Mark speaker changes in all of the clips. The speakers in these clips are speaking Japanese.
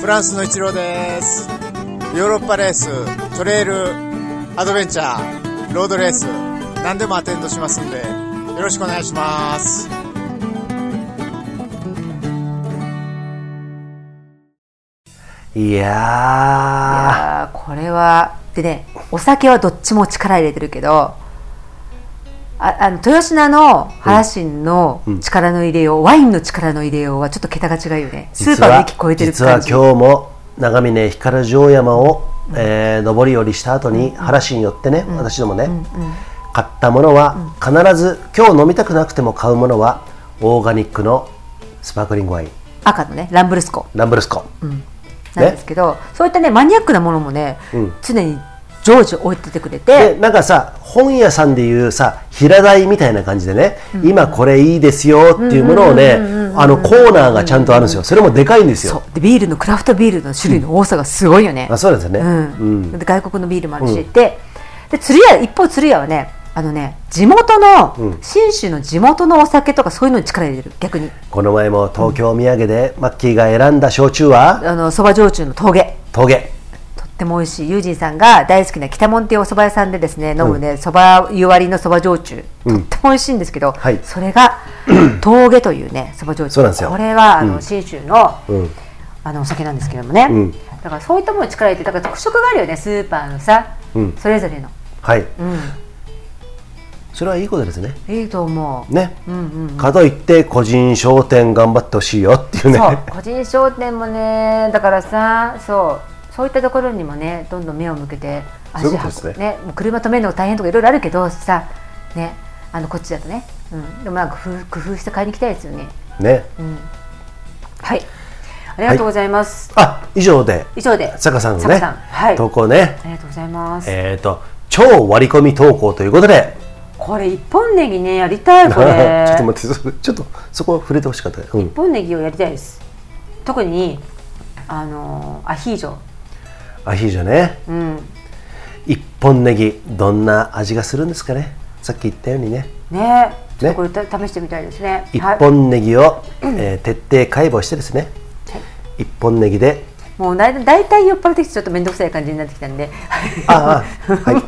Speaker 1: フランスの一郎ですヨーロッパレーストレイルアドベンチャーロードレース何でもアテンドしますんでよろしくお願いします
Speaker 2: い
Speaker 3: い
Speaker 2: や
Speaker 3: やーこれはでねお酒はどっちも力入れてるけどああの豊品の原神の力の入れよう、ワインの力の入れようはちょっと桁が違うよね
Speaker 2: ー
Speaker 3: スーパーで聞こえてる
Speaker 2: 実は
Speaker 3: 感じ
Speaker 2: 実は今日も長峰光城山を、えー上り下りした後に原市に寄ってね、私どもね、買ったものは必ず今日飲みたくなくても買うものはオーガニックのスパークリングワイン
Speaker 3: 赤のねランブルスコ
Speaker 2: ランブルスコ、
Speaker 3: なんですけど、そういったねマニアックなものもね、常に常時置いててくれ
Speaker 2: で
Speaker 3: て
Speaker 2: なんかさ本屋さんでいうさ平台みたいな感じでね、今これいいですよっていうものをね、あのコーナーがちゃんとあるんですよそれもでかいんです
Speaker 3: そ
Speaker 2: よ
Speaker 3: うでビールのクラフトビールの種類の多さがすごいよね、
Speaker 2: あそうなんですよね、
Speaker 3: うんで外国のビールもあるし、でで鶴屋一方鶴屋はねあのね地元の信州の地元のお酒とかそういうのに力入れてる逆に
Speaker 2: この前も東京土産でマッキーが選んだ焼酎は
Speaker 3: あのそば焼酎の峠
Speaker 2: 峠
Speaker 3: とっても美味しいユージンさんが大好きな北門っていうお蕎麦屋さんでですね飲むねそば、湯割りのそば焼酎とっても美味しいんですけど、
Speaker 2: はい
Speaker 3: そ れが峠というねそば焼酎
Speaker 2: そうなんですよ
Speaker 3: これはあの信州の,、あのお酒なんですけどもね、だからそういったものに力入れてだから特色があるよねスーパーのさ、それぞれの
Speaker 2: はい、それはいいことですね
Speaker 3: いいと思う
Speaker 2: ね、かといって個人商店頑張ってほしいよっていうね
Speaker 3: そう個人商店もねだからさそうそういったところにもねどんどん目を向けて
Speaker 2: そういう
Speaker 3: 足
Speaker 2: こと
Speaker 3: 運
Speaker 2: ですね
Speaker 3: ねもう車止めるのが大変とかいろいろあるけどさねあのこっちだとね、うん、でもなんか工夫工夫して買いに行きたいですよね
Speaker 2: ね
Speaker 3: はいありがとうございます、
Speaker 2: あ以上で
Speaker 3: 以上で
Speaker 2: 坂さんの
Speaker 3: 坂
Speaker 2: ね
Speaker 3: さんはい
Speaker 2: 投稿ね
Speaker 3: ありがとうございます、
Speaker 2: えっ、と超割り込み投稿ということで
Speaker 3: これ一本ネギねやりたいこ
Speaker 2: ちょ
Speaker 3: れ
Speaker 2: っと待ってそちょっとそこ触れてほしかった、うん
Speaker 3: 一、本ネギをやりたいです特にあのーアヒージョ
Speaker 2: アヒージョね、一本ネギどんな味がするんですかねさっき言ったようにね
Speaker 3: ねちょっとこれた試してみたいですね
Speaker 2: 一
Speaker 3: はい
Speaker 2: 本ネギを、えー徹底解剖してですね、一本ネギで
Speaker 3: もうだい大体酔っ払ってきてちょっと面倒くさい感じになってきたんで
Speaker 2: ああはいも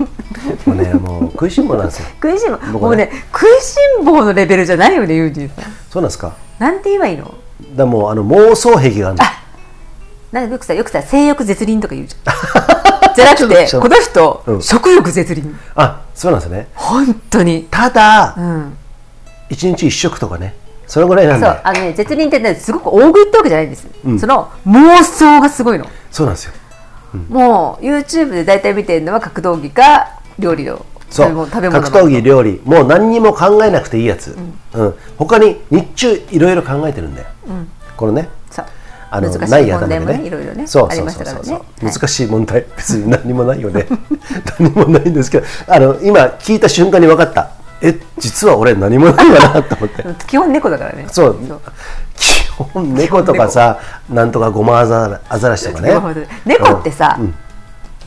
Speaker 2: うねもう食いしん坊なんですよ
Speaker 3: 食いしん坊、
Speaker 2: 僕
Speaker 3: もう
Speaker 2: ね
Speaker 3: ね食いしん坊のレベルじゃないよねユーディさん
Speaker 2: そうなんですか
Speaker 3: なんて言えばいいの
Speaker 2: だからもうあの妄想癖があるの
Speaker 3: なんかよくさよくさ性欲絶倫とか言うじ ゃんじゃなくて
Speaker 2: ちょっ
Speaker 3: この人、
Speaker 2: うん
Speaker 3: 食欲絶倫
Speaker 2: あそうなんですね
Speaker 3: 本当に
Speaker 2: ただ、
Speaker 3: ん
Speaker 2: 一日一食とかねそのぐらいなんで
Speaker 3: そうあのね絶倫ってねすごく大食いってわけじゃないんです、その妄想がすごいの、
Speaker 2: そうなんですよ
Speaker 3: もう YouTube で大体見てるのは格闘技か料理の
Speaker 2: そ
Speaker 3: 食べ物
Speaker 2: う
Speaker 3: 食べ
Speaker 2: 格
Speaker 3: 物
Speaker 2: 闘技料理もう何にも考えなくていいやつ、うん他に日中いろいろ考えてるんで、このね
Speaker 3: そう
Speaker 2: あの
Speaker 3: 難し
Speaker 2: ない
Speaker 3: い
Speaker 2: や
Speaker 3: 問
Speaker 2: 頭で
Speaker 3: 題
Speaker 2: ね
Speaker 3: もねいろいろね
Speaker 2: そう
Speaker 3: あ
Speaker 2: そ
Speaker 3: り
Speaker 2: う
Speaker 3: ま
Speaker 2: そ
Speaker 3: し
Speaker 2: う
Speaker 3: たからね
Speaker 2: そう、
Speaker 3: はい
Speaker 2: 難しい問題別に何もないよね 何もないんですけどあの今聞いた瞬間に分かったえ実は俺何もないわなと思 って
Speaker 3: 基本猫だからね
Speaker 2: そう基本猫とかさなんとかゴマアザラアザラシとかね
Speaker 3: なるほど猫ってさ、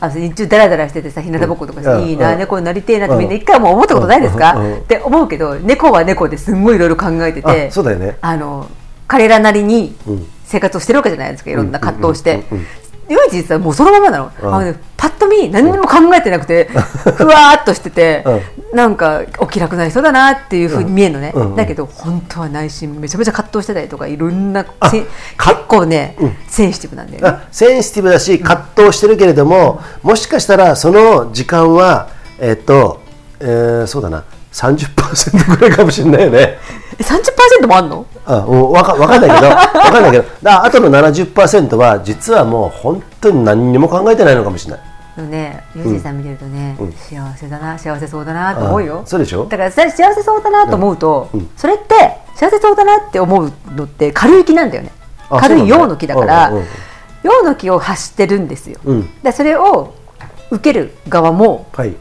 Speaker 3: あの日中ダラダラしててさ日向ぼっことかして、
Speaker 2: うん
Speaker 3: いいな、
Speaker 2: うん
Speaker 3: 猫になりてえなってみんな
Speaker 2: うん
Speaker 3: 一回も思ったことないですか、
Speaker 2: うん
Speaker 3: って思うけど猫は猫ですんごいいろいろ考えてて
Speaker 2: あそうだよね
Speaker 3: あの彼らなりに生活をしてるわけじゃないですかいろんな葛藤して。ユージさもうそのままなの,、
Speaker 2: ん
Speaker 3: あのねパッと見何にも考えてな くて、ふわーっとしてて、なんかお気楽な人だなっていうふうに見えるのね、
Speaker 2: うんうん
Speaker 3: だけど本当は内心めちゃめちゃ葛藤してたりとかいろんなせ結
Speaker 2: か
Speaker 3: 構ね、センシティブなんだよね。
Speaker 2: あセンシティブだし葛藤してるけれども、もしかしたらその時間はえっと、えーそうだな30%ぐらいかもしれないよね。
Speaker 3: え30%もあんの
Speaker 2: あうんわかわかんないけどわかんないけどだあとの70%は実はもう本当に何にも考えてないのかもしれない
Speaker 3: でもね、ユージンさん見てるとね、幸せだな、幸せそうだなと思うよ
Speaker 2: あ。そうでしょ
Speaker 3: だからさ幸せそうだなと思うと、それって幸せそうだなって思うのって軽い気なんだよね。
Speaker 2: あそ
Speaker 3: 軽
Speaker 2: うなん
Speaker 3: い
Speaker 2: だ
Speaker 3: 陽の気だから、
Speaker 2: うんうんうん
Speaker 3: 陽の気を発してるんですよ。
Speaker 2: うん
Speaker 3: でそれを受ける側も、
Speaker 2: はい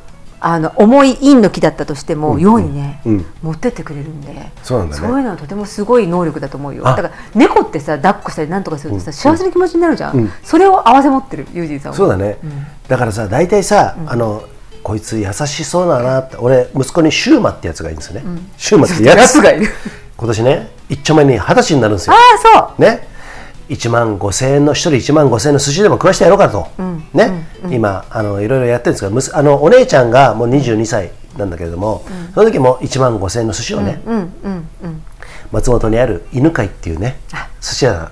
Speaker 3: あの重い陰の気だったとしても、陽にね、
Speaker 2: うん
Speaker 3: 持ってってくれるんで。
Speaker 2: そうなんだね
Speaker 3: そういうのはとてもすごい能力だと思うよ。
Speaker 2: あ
Speaker 3: だから猫ってさ抱っこしたりなんとかするとさ、幸せな気持ちになるじゃん。それを合わせ持ってるユージンさんは。
Speaker 2: そうだね、だからさ大体さ、あのこいつ優しそうだなって俺息子にシューマってやつがいるんですよね、 シューマってやつ
Speaker 3: やつがいる
Speaker 2: 今年ね一丁目に二十歳になるんですよ
Speaker 3: ああ
Speaker 2: ね1万5000円の1人1万5000円の寿司でも食わしてやろうかと、ね、今あのいろいろやってるんですけどむすあのお姉ちゃんがもう22歳なんだけれども、その時も1万5000円の寿司をね、松本にある犬飼っていうね寿司屋さん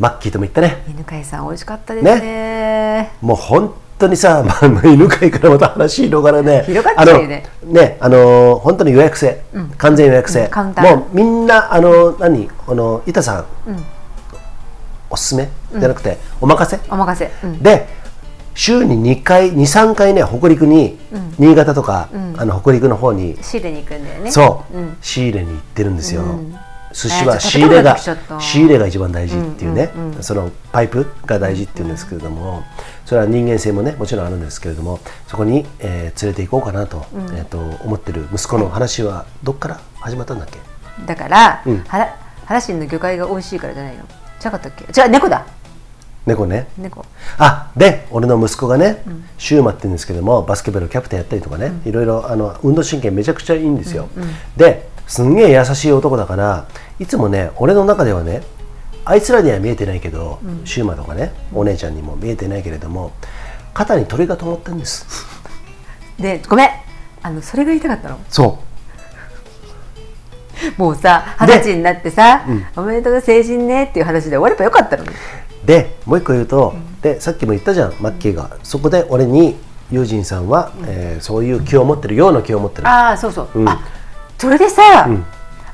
Speaker 2: マッキーとも行ったね
Speaker 3: 犬飼さん美味しかったですね
Speaker 2: もう本当にさ、 まあ、まあ犬飼いからまた話広がるね。
Speaker 3: 広がっちゃうよね
Speaker 2: あのね、あのー本当に予約制、完全予約制。
Speaker 3: うんカウンター
Speaker 2: もうみんなあのー何あの板さん、おすすめじゃなくて、お任せ。
Speaker 3: お任せ、うん、
Speaker 2: で週に2回23回ね北陸に、新潟とか、あの北陸の方に
Speaker 3: 仕入れに行くんだよね
Speaker 2: そう、
Speaker 3: ん
Speaker 2: 仕入れに行ってるんですよ、寿司
Speaker 3: え
Speaker 2: は
Speaker 3: ー
Speaker 2: 仕入れが
Speaker 3: ちょっと食べたくなってきちゃった
Speaker 2: 仕入れが一番大事っていうね、そのパイプが大事っていうんですけれども、それは人間性もねもちろんあるんですけれどもそこに、えー連れて行こうかなと,、えー、と思ってる息子の話はどっから始まったんだっけ
Speaker 3: だから、はら原新の魚介が美味しいからじゃないの違かったっけ違う猫だ
Speaker 2: 猫ね
Speaker 3: 猫
Speaker 2: あで俺の息子がね、シューマって言うんですけどもバスケ部のキャプテンやったりとかね、いろいろあの運動神経めちゃくちゃいいんですよ、ですんげえ優しい男だからいつもね俺の中ではねあいつらには見えてないけど、シューマとかねお姉ちゃんにも見えてないけれども肩に鳥が止まってるんです
Speaker 3: でごめんあのそれが言いたかったの
Speaker 2: そ
Speaker 3: もうさ二
Speaker 2: で
Speaker 3: 十歳になってさ、おめでとう成人ねっていう話で終わればよかったのに
Speaker 2: うでもう一個言うと、でさっきも言ったじゃんマッキーが、そこで俺に友人さんは、えーそういう気を持ってるような気を持ってる
Speaker 3: ああそうそう、
Speaker 2: うん
Speaker 3: あそれでさ、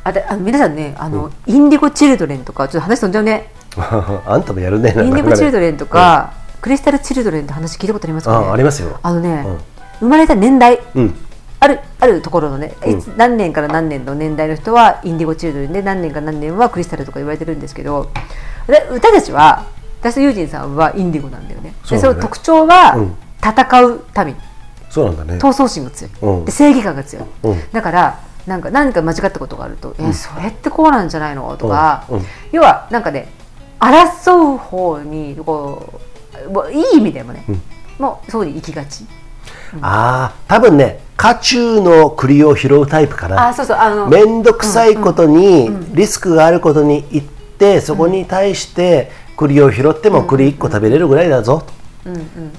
Speaker 3: あであの皆さんねあの、インディゴ・チルドレンとかちょっと話飛んじゃうね
Speaker 2: あんたもやるね
Speaker 3: インディゴ・チルド
Speaker 2: レ
Speaker 3: レンとか、クリスタル・チルドレンって話聞いたことありますかね
Speaker 2: あありますよ
Speaker 3: あのね、
Speaker 2: うん
Speaker 3: 生まれた年代、
Speaker 2: うん
Speaker 3: あるあるところのね、いつ何年から何年の年代の人はインディゴ・チルドレンで何年から何年はクリスタルとか言われてるんですけどで歌たちは私とユージンさんはインディゴなんだよね
Speaker 2: そう
Speaker 3: で
Speaker 2: だ
Speaker 3: そ
Speaker 2: ね
Speaker 3: の特徴は、
Speaker 2: うん
Speaker 3: 戦う民
Speaker 2: そうなんだね
Speaker 3: 闘争心が強い、
Speaker 2: うん
Speaker 3: で正義感が強い、
Speaker 2: うん
Speaker 3: だからなんか何か間違ったことがあると「えそれってこうなんじゃないの?」とか、
Speaker 2: うんうん
Speaker 3: 要はなんかね争う方にこうもういい意味でもね、もうそうに行きがち
Speaker 2: ああ多分ね渦中の栗を拾うタイプか
Speaker 3: あ
Speaker 2: な
Speaker 3: そうそうあの
Speaker 2: 面倒くさいことにリスクがあることに行ってそこに対して栗を拾っても栗1個食べれるぐらいだぞっ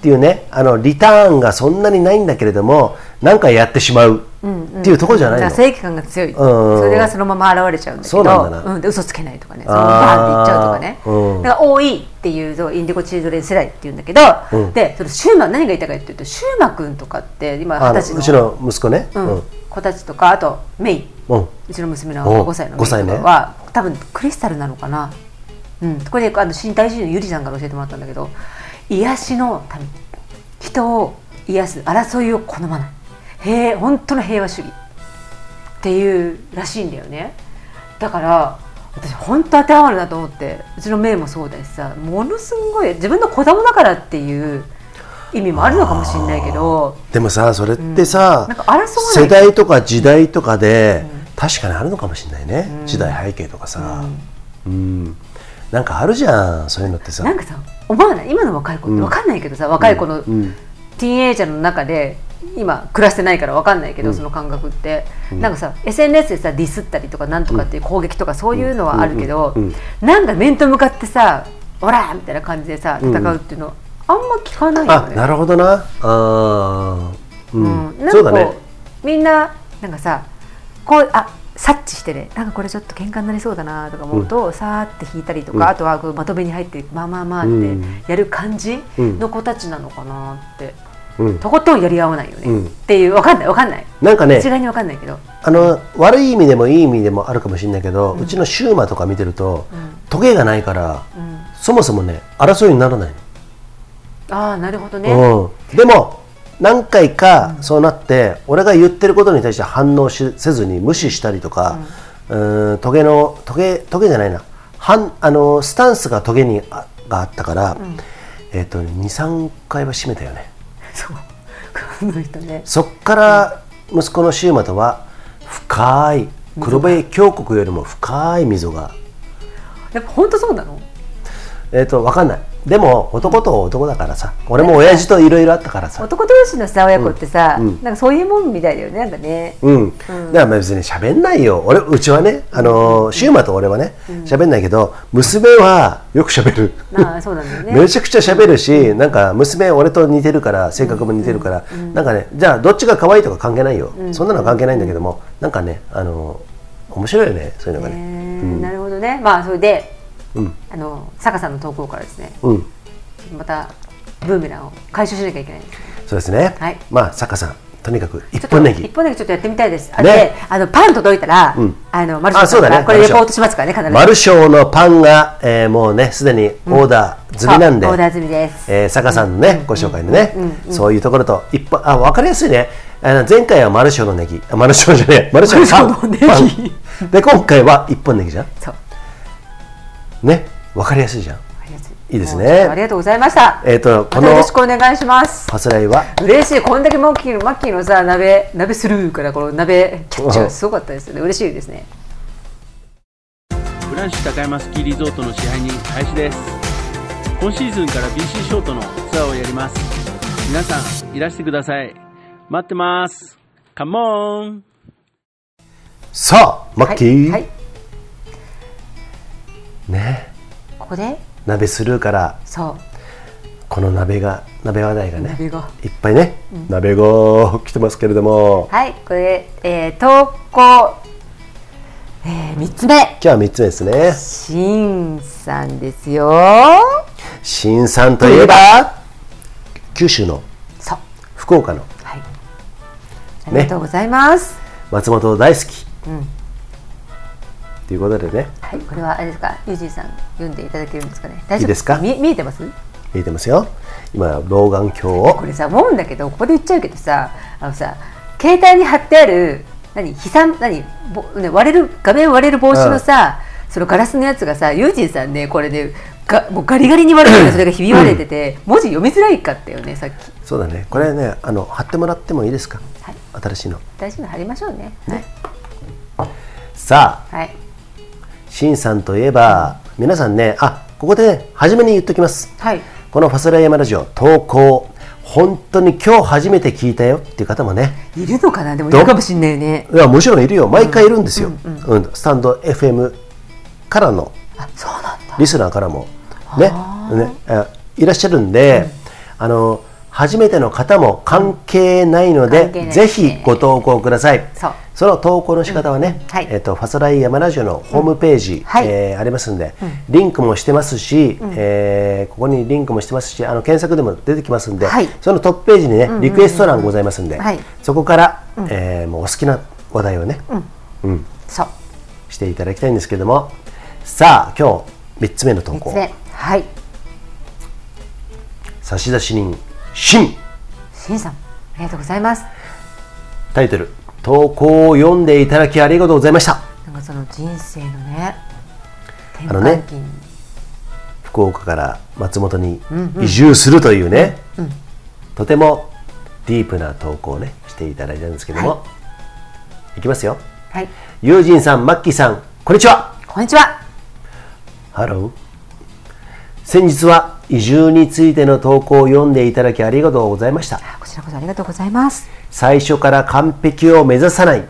Speaker 2: ていうねあのリターンがそんなにないんだけれども何かやってしまうっていうところじゃない
Speaker 3: だ
Speaker 2: の
Speaker 3: から正義感が強い、
Speaker 2: うん
Speaker 3: それがそのまま現れちゃうんだけど
Speaker 2: そうなんだな
Speaker 3: で嘘つけないとかねそのバーン
Speaker 2: あー
Speaker 3: って言っちゃうとかね、
Speaker 2: うん
Speaker 3: だから多いっていうとインディゴ・チルドレン世代っていうんだけど、
Speaker 2: うん
Speaker 3: でそのシューマン何が言いたいかっていうとシューマ君とかって今
Speaker 2: あ
Speaker 3: 二
Speaker 2: の
Speaker 3: 十
Speaker 2: う
Speaker 3: 歳
Speaker 2: ち
Speaker 3: の
Speaker 2: の息子ねう
Speaker 3: うんん、子たちとかあとメイ
Speaker 2: うん
Speaker 3: うちの娘の
Speaker 2: お
Speaker 3: 5歳の
Speaker 2: 5歳ね
Speaker 3: メイとかは、多分クリスタルなのかなうんこれであの新体主のゆりさんから教えてもらったんだけど癒しのため人を癒す争いを好まない平本当の平和主義っていうらしいんだよねだから私本当当てはまるなと思ってうちのメイもそうだしさものすごい自分の子供だからっていう意味もあるのかもしれないけど
Speaker 2: でもさそれってさ、
Speaker 3: うんなんか争わない
Speaker 2: 世代とか時代とかで、確かにあるのかもしれないね、時代背景とかさ、うんなんかあるじゃんそういうのってさ
Speaker 3: なんかさ思わない今の若い子って分かんないけどさ、若い子の、
Speaker 2: ん
Speaker 3: ティーンエイジャーの中で今暮らしてないから分かんないけど、その感覚って、なんかさ SNS でさディスったりとかなんとかっていう攻撃とかそういうのはあるけど、
Speaker 2: うんうん
Speaker 3: なんか面と向かってさ「オラ!」みたいな感じでさ戦うっていうの、あんま聞かないよ
Speaker 2: あ
Speaker 3: ね。
Speaker 2: なるほどなあーうん、
Speaker 3: うん、なん
Speaker 2: そう
Speaker 3: か
Speaker 2: だ
Speaker 3: こ
Speaker 2: ね
Speaker 3: うみんななんかさこうあ察知してねなんかこれちょっと喧嘩になりそうだなとか思うと、さーって引いたりとか、あとはこうまとめに入ってまあまあまあっ
Speaker 2: うん
Speaker 3: てやる感じ
Speaker 2: うん
Speaker 3: の子たちなのかなって、
Speaker 2: うん
Speaker 3: とことんやり合わないよね、
Speaker 2: うん
Speaker 3: っていうわかんないわかんない
Speaker 2: なんかね
Speaker 3: 一概にわかんないけど
Speaker 2: あの悪い意味でもいい意味でもあるかもしれないけど、うちのシューマとか見てると、トゲがないから、そもそもね争いにならないの
Speaker 3: ああなるほどね、
Speaker 2: うん、でも何回かそうなって、俺が言ってることに対して反応しせずに無視したりとか、うーん、トゲのトゲトゲじゃないな反あのスタンスがトゲにあがあったから、えっ、と23回は締めたよね
Speaker 3: そう この人ね
Speaker 2: そっから息子のシウマとは深い黒部峡谷よりも深い溝が
Speaker 3: やっぱ本当そうなの
Speaker 2: えっ、と分かんないでも男と男だからさ俺も親父といろいろあったからさ
Speaker 3: 男同士のさ親子ってさ、
Speaker 2: うんうん
Speaker 3: なんかそういうもんみたいだよねなんかね
Speaker 2: うん、だからまあ別に喋んないよ俺うちはねあのーシウマと俺はね喋んないけど娘はよく喋る
Speaker 3: ああそうなんだよね
Speaker 2: めちゃくちゃ喋るし、なんか娘俺と似てるから性格も似てるから、なんかねじゃあどっちが可愛いとか関係ないよ、そんなのは関係ないんだけども、なんかねあの面白いよねそういうのがね、
Speaker 3: えーなるほどねまあそれで、
Speaker 2: うん
Speaker 3: あの坂さんの投稿からですね
Speaker 2: うん
Speaker 3: またブーメランを回収しなきゃいけないです
Speaker 2: そうですね、
Speaker 3: はい
Speaker 2: まあサッカーさんとにかく
Speaker 3: ちょ
Speaker 2: 一
Speaker 3: っと
Speaker 2: 本ネギ
Speaker 3: 一本ネギちょっとやってみたいです。あ
Speaker 2: ね
Speaker 3: で、あのパン届いたら、
Speaker 2: うん
Speaker 3: あのマルシェ
Speaker 2: あそ
Speaker 3: さん
Speaker 2: う
Speaker 3: か
Speaker 2: だ
Speaker 3: ら
Speaker 2: ね
Speaker 3: これレポートしますからね必ず。
Speaker 2: マルショーのパンが、えーもうねすでにオーダー済みなんで、
Speaker 3: そうオーダー済みです。
Speaker 2: えー、坂さんのね、ご紹介のね、そういうところと一本あ分かりやすいねあの前回はマルショーのネギあマルショーじゃねえマルショーのパン
Speaker 3: マルショーのネギ
Speaker 2: パンで今回は一本ネギじゃん
Speaker 3: そう。わ
Speaker 2: ね分かりやすいじゃん
Speaker 3: かりやす
Speaker 2: いいですね
Speaker 3: もうちょっとありがとうございました。
Speaker 2: えっ、と
Speaker 3: ま
Speaker 2: こ
Speaker 3: た
Speaker 2: の
Speaker 3: よろしくお願いします。
Speaker 2: パスライは
Speaker 3: 嬉しい。こんだけマッキーのマッキーのさ鍋鍋スルーからこの鍋キャッチ
Speaker 2: う
Speaker 3: が
Speaker 2: ん
Speaker 3: すごかったですよね。嬉しいですね。
Speaker 4: フランシュ高山スキーリゾートの支配人林です今シーズンから BC ショートのツアーをやります皆さんいらしてください待ってますカモン
Speaker 2: さあマッキー、
Speaker 3: はい。はい、
Speaker 2: ね
Speaker 3: ここで
Speaker 2: 鍋スルーから
Speaker 3: そう
Speaker 2: この鍋が鍋話題がね
Speaker 3: 鍋が
Speaker 2: いっぱいね、鍋が来てますけれども
Speaker 3: はいこれ、えー、投稿えー、三つ目
Speaker 2: 今日は3つ目ですね
Speaker 3: しんさんですよ。
Speaker 2: 新さんといえば九州の
Speaker 3: そう。
Speaker 2: 福岡の
Speaker 3: はい。ありがとうございます。
Speaker 2: 松本大好き、ということでね
Speaker 3: はい、これはあれですか、ユージンさん読んでいただけるんですかね。大
Speaker 2: いいですか
Speaker 3: 見見えてます？
Speaker 2: 見えてますよ今老眼鏡を
Speaker 3: これさ、思うんだけど、ここで言っちゃうけどさ、あのさ、携帯に貼ってある何飛散何ぼね割れる画面割れる帽子のさ、そのガラスのやつがさ、ユージンさんねこれね。がもうガリガリに割れててそれがひび割れてて文字読みづらいかったよねさっき
Speaker 2: そうだねこれねあの貼ってもらってもいいですか、
Speaker 3: はい
Speaker 2: 新しいの
Speaker 3: 大事なの貼りましょうねはい、
Speaker 2: さあ
Speaker 3: はい、
Speaker 2: 新さんといえば皆さんねあここで、ね、初めに言っときます
Speaker 3: はい、
Speaker 2: この「ファスライヤマラジオ」投稿本当に今日初めて聞いたよっていう方もね
Speaker 3: いるのかなでもいるかもしんないよね
Speaker 2: いやもちろんいるよ毎回いるんですよ、うんスタンド FM からの
Speaker 3: あそうなんだ
Speaker 2: リスナーからもねねあいらっしゃるんで、あの初めての方も関係ないの
Speaker 3: 関係
Speaker 2: で、
Speaker 3: ない
Speaker 2: ぜひご投稿ください。
Speaker 3: そう
Speaker 2: の投稿の仕方はね、
Speaker 3: うんはい
Speaker 2: えっ、とファスライヤマラジオのホームページ、
Speaker 3: はい
Speaker 2: えーありますんで、リンクもしてますし、えーここにリンクもしてますし、あの検索でも出てきますんで、
Speaker 3: はい
Speaker 2: そのトップページにねリクエスト欄ございますんで、
Speaker 3: はい
Speaker 2: そこから、えーもうお好きな話題をね、うん、
Speaker 3: そう
Speaker 2: していただきたいんですけれどもさあ今日3つ目の投
Speaker 3: 三
Speaker 2: 稿
Speaker 3: つ目はい
Speaker 2: 差出人新
Speaker 3: しんさんありがとうございます
Speaker 2: タイトル投稿を読んでいただきありがとうございました
Speaker 3: なんかその人生のね転
Speaker 2: あのね
Speaker 3: 換期に、
Speaker 2: 福岡から松本に移住するというね、とてもディープな投稿をねしていただいたんですけども、、
Speaker 3: はい
Speaker 2: きますよ
Speaker 3: はい
Speaker 2: ユージンさんマッキーさんこんにちは
Speaker 3: こんにちは
Speaker 2: ハロー先日は移住についての投稿を読んでいただきありがとうございました
Speaker 3: こちらこそありがとうございます
Speaker 2: 最初から完璧を目指さない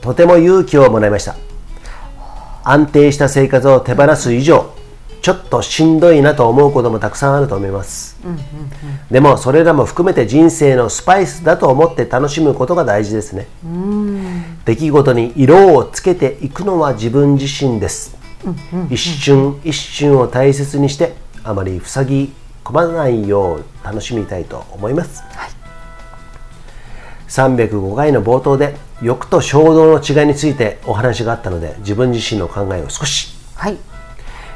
Speaker 2: とても勇気をもらいました安定した生活を手放す以上ちょっとしんどいなと思うこともたくさんあると思います、でもそれらも含めて人生のスパイスだと思って楽しむことが大事ですね出来事に色をつけていくのは自分自身です、一瞬一瞬を大切にしてあまり塞ぎ込まないよう楽しみたいと思います、305回の冒頭で欲と衝動の違いについてお話があったので自分自身の考えを少し
Speaker 3: はい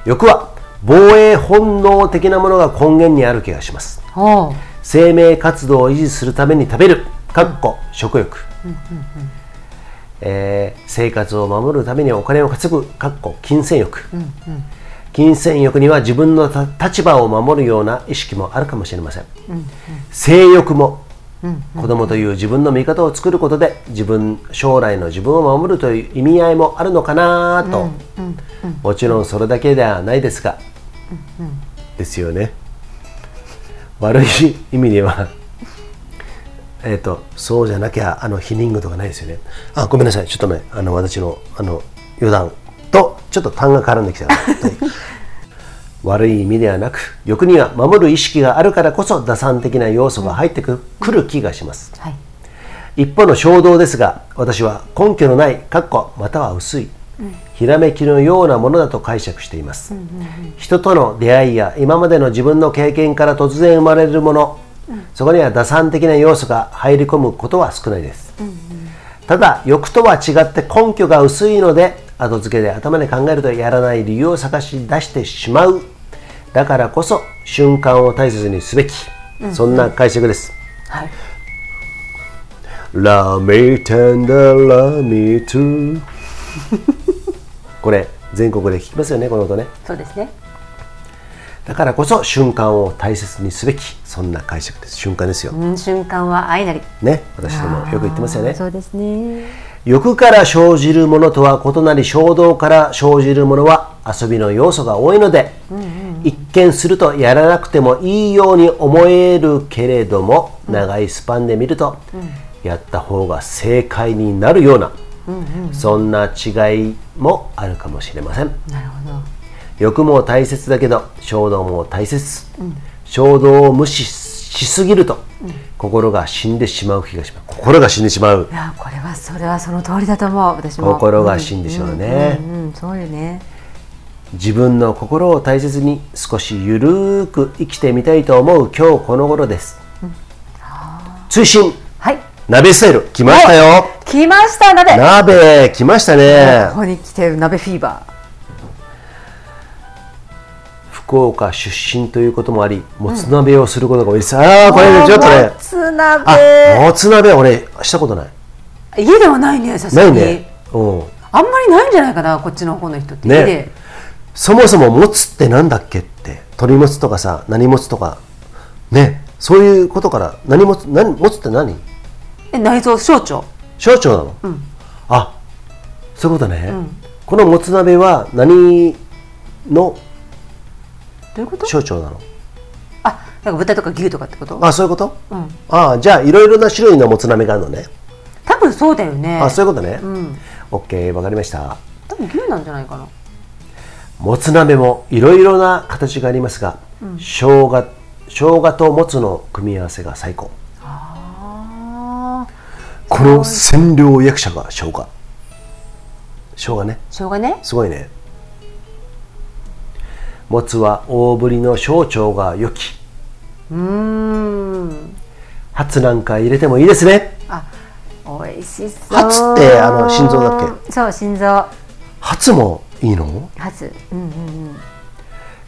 Speaker 2: 欲は防衛本能的なものが根源にある気がします
Speaker 3: おお
Speaker 2: 生命活動を維持するために食べるかっこ食欲、えー生活を守るためにお金を稼ぐかっこ金銭欲、金銭欲には自分のた立場を守るような意識もあるかもしれません、性欲も、子供という自分の味方を作ることで自分将来の自分を守るという意味合いもあるのかなと、もちろんそれだけではないですが、ですよね悪い意味では えっとそうじゃなきゃあのヒニングとかないですよねあごめんなさいちょっとねあの私のあの余談とちょっと単が絡んできた、はい悪い意味ではなく欲には守る意識があるからこそ打算的な要素が入ってく,、る気がします
Speaker 3: はい
Speaker 2: 一方の衝動ですが私は根拠のないかっこまたは薄い、ひらめきのようなものだと解釈しています、人との出会いや今までの自分の経験から突然生まれるもの、そこには打算的な要素が入り込むことは少ないです、ただ欲とは違って根拠が薄いので後付けで頭で考えるとやらない理由を探し出してしまうだからこそ瞬間を大切にすべき、そんな解釈です、
Speaker 3: はい
Speaker 2: ラーメンタンダーラーメントゥこれ全国で聞きますよねこの音ね
Speaker 3: そうですね
Speaker 2: だからこそ瞬間を大切にすべきそんな解釈です瞬間ですよ、
Speaker 3: うん瞬間は愛なり
Speaker 2: ね私どもよく言ってますよね
Speaker 3: そうですね
Speaker 2: 欲から生じるものとは異なり衝動から生じるものは遊びの要素が多いので、一見するとやらなくてもいいように思えるけれども、長いスパンで見ると、やった方が正解になるような、そんな違いもあるかもしれません。
Speaker 3: なるほど
Speaker 2: 欲も大切だけど衝動も大切、衝動を無視しすぎると、心が死んでしまう気がします心が死んでしまう
Speaker 3: いやこれはそれはその通りだと思う私も
Speaker 2: 心が死んでしまうね
Speaker 3: うん、うんうんそうよね
Speaker 2: 自分の心を大切に少しゆるーく生きてみたいと思う今日この頃です、追伸
Speaker 3: はい
Speaker 2: 鍋スタイル来ましたよ
Speaker 3: 来ました鍋
Speaker 2: 鍋来ましたね
Speaker 3: ここに来てる鍋フィーバー
Speaker 2: 福岡出身ということもありもつ鍋をすることが多いです、ああこれねちょっとね
Speaker 3: もつ鍋
Speaker 2: あもつ鍋俺したことない
Speaker 3: 家ではないねさす
Speaker 2: な
Speaker 3: が
Speaker 2: い
Speaker 3: に、
Speaker 2: ねうん
Speaker 3: あんまりないんじゃないかなこっちの方の人って、家
Speaker 2: ね
Speaker 3: で
Speaker 2: そもそももつってなんだっけって鶏もつとかさ何もつとかねそういうことから何もつ何もつって何
Speaker 3: え内臓小腸
Speaker 2: 小腸なの、あそういうことね、このもつ鍋は何の
Speaker 3: どういうこと
Speaker 2: 小腸なの
Speaker 3: あなんか豚とか牛とかってこと
Speaker 2: あそういうこと、あじゃあいろいろな種類のもつ鍋があるのね
Speaker 3: 多分そうだよね
Speaker 2: あそういうことね、
Speaker 3: ん
Speaker 2: オッケーわかりました
Speaker 3: 多分牛なんじゃないかな
Speaker 2: もつ鍋もいろいろな形がありますが、生姜生姜ともつの組み合わせが最高
Speaker 3: あー
Speaker 2: この占領役者が生姜生姜ね
Speaker 3: 生姜ね
Speaker 2: すごいねもつは大ぶりの小腸が良き
Speaker 3: うーん
Speaker 2: 初なんか入れてもいいですね
Speaker 3: あ美味しそう
Speaker 2: ハツってあの心臓だっ
Speaker 3: けそう心臓
Speaker 2: 初もいいの
Speaker 3: ハツうんうんうん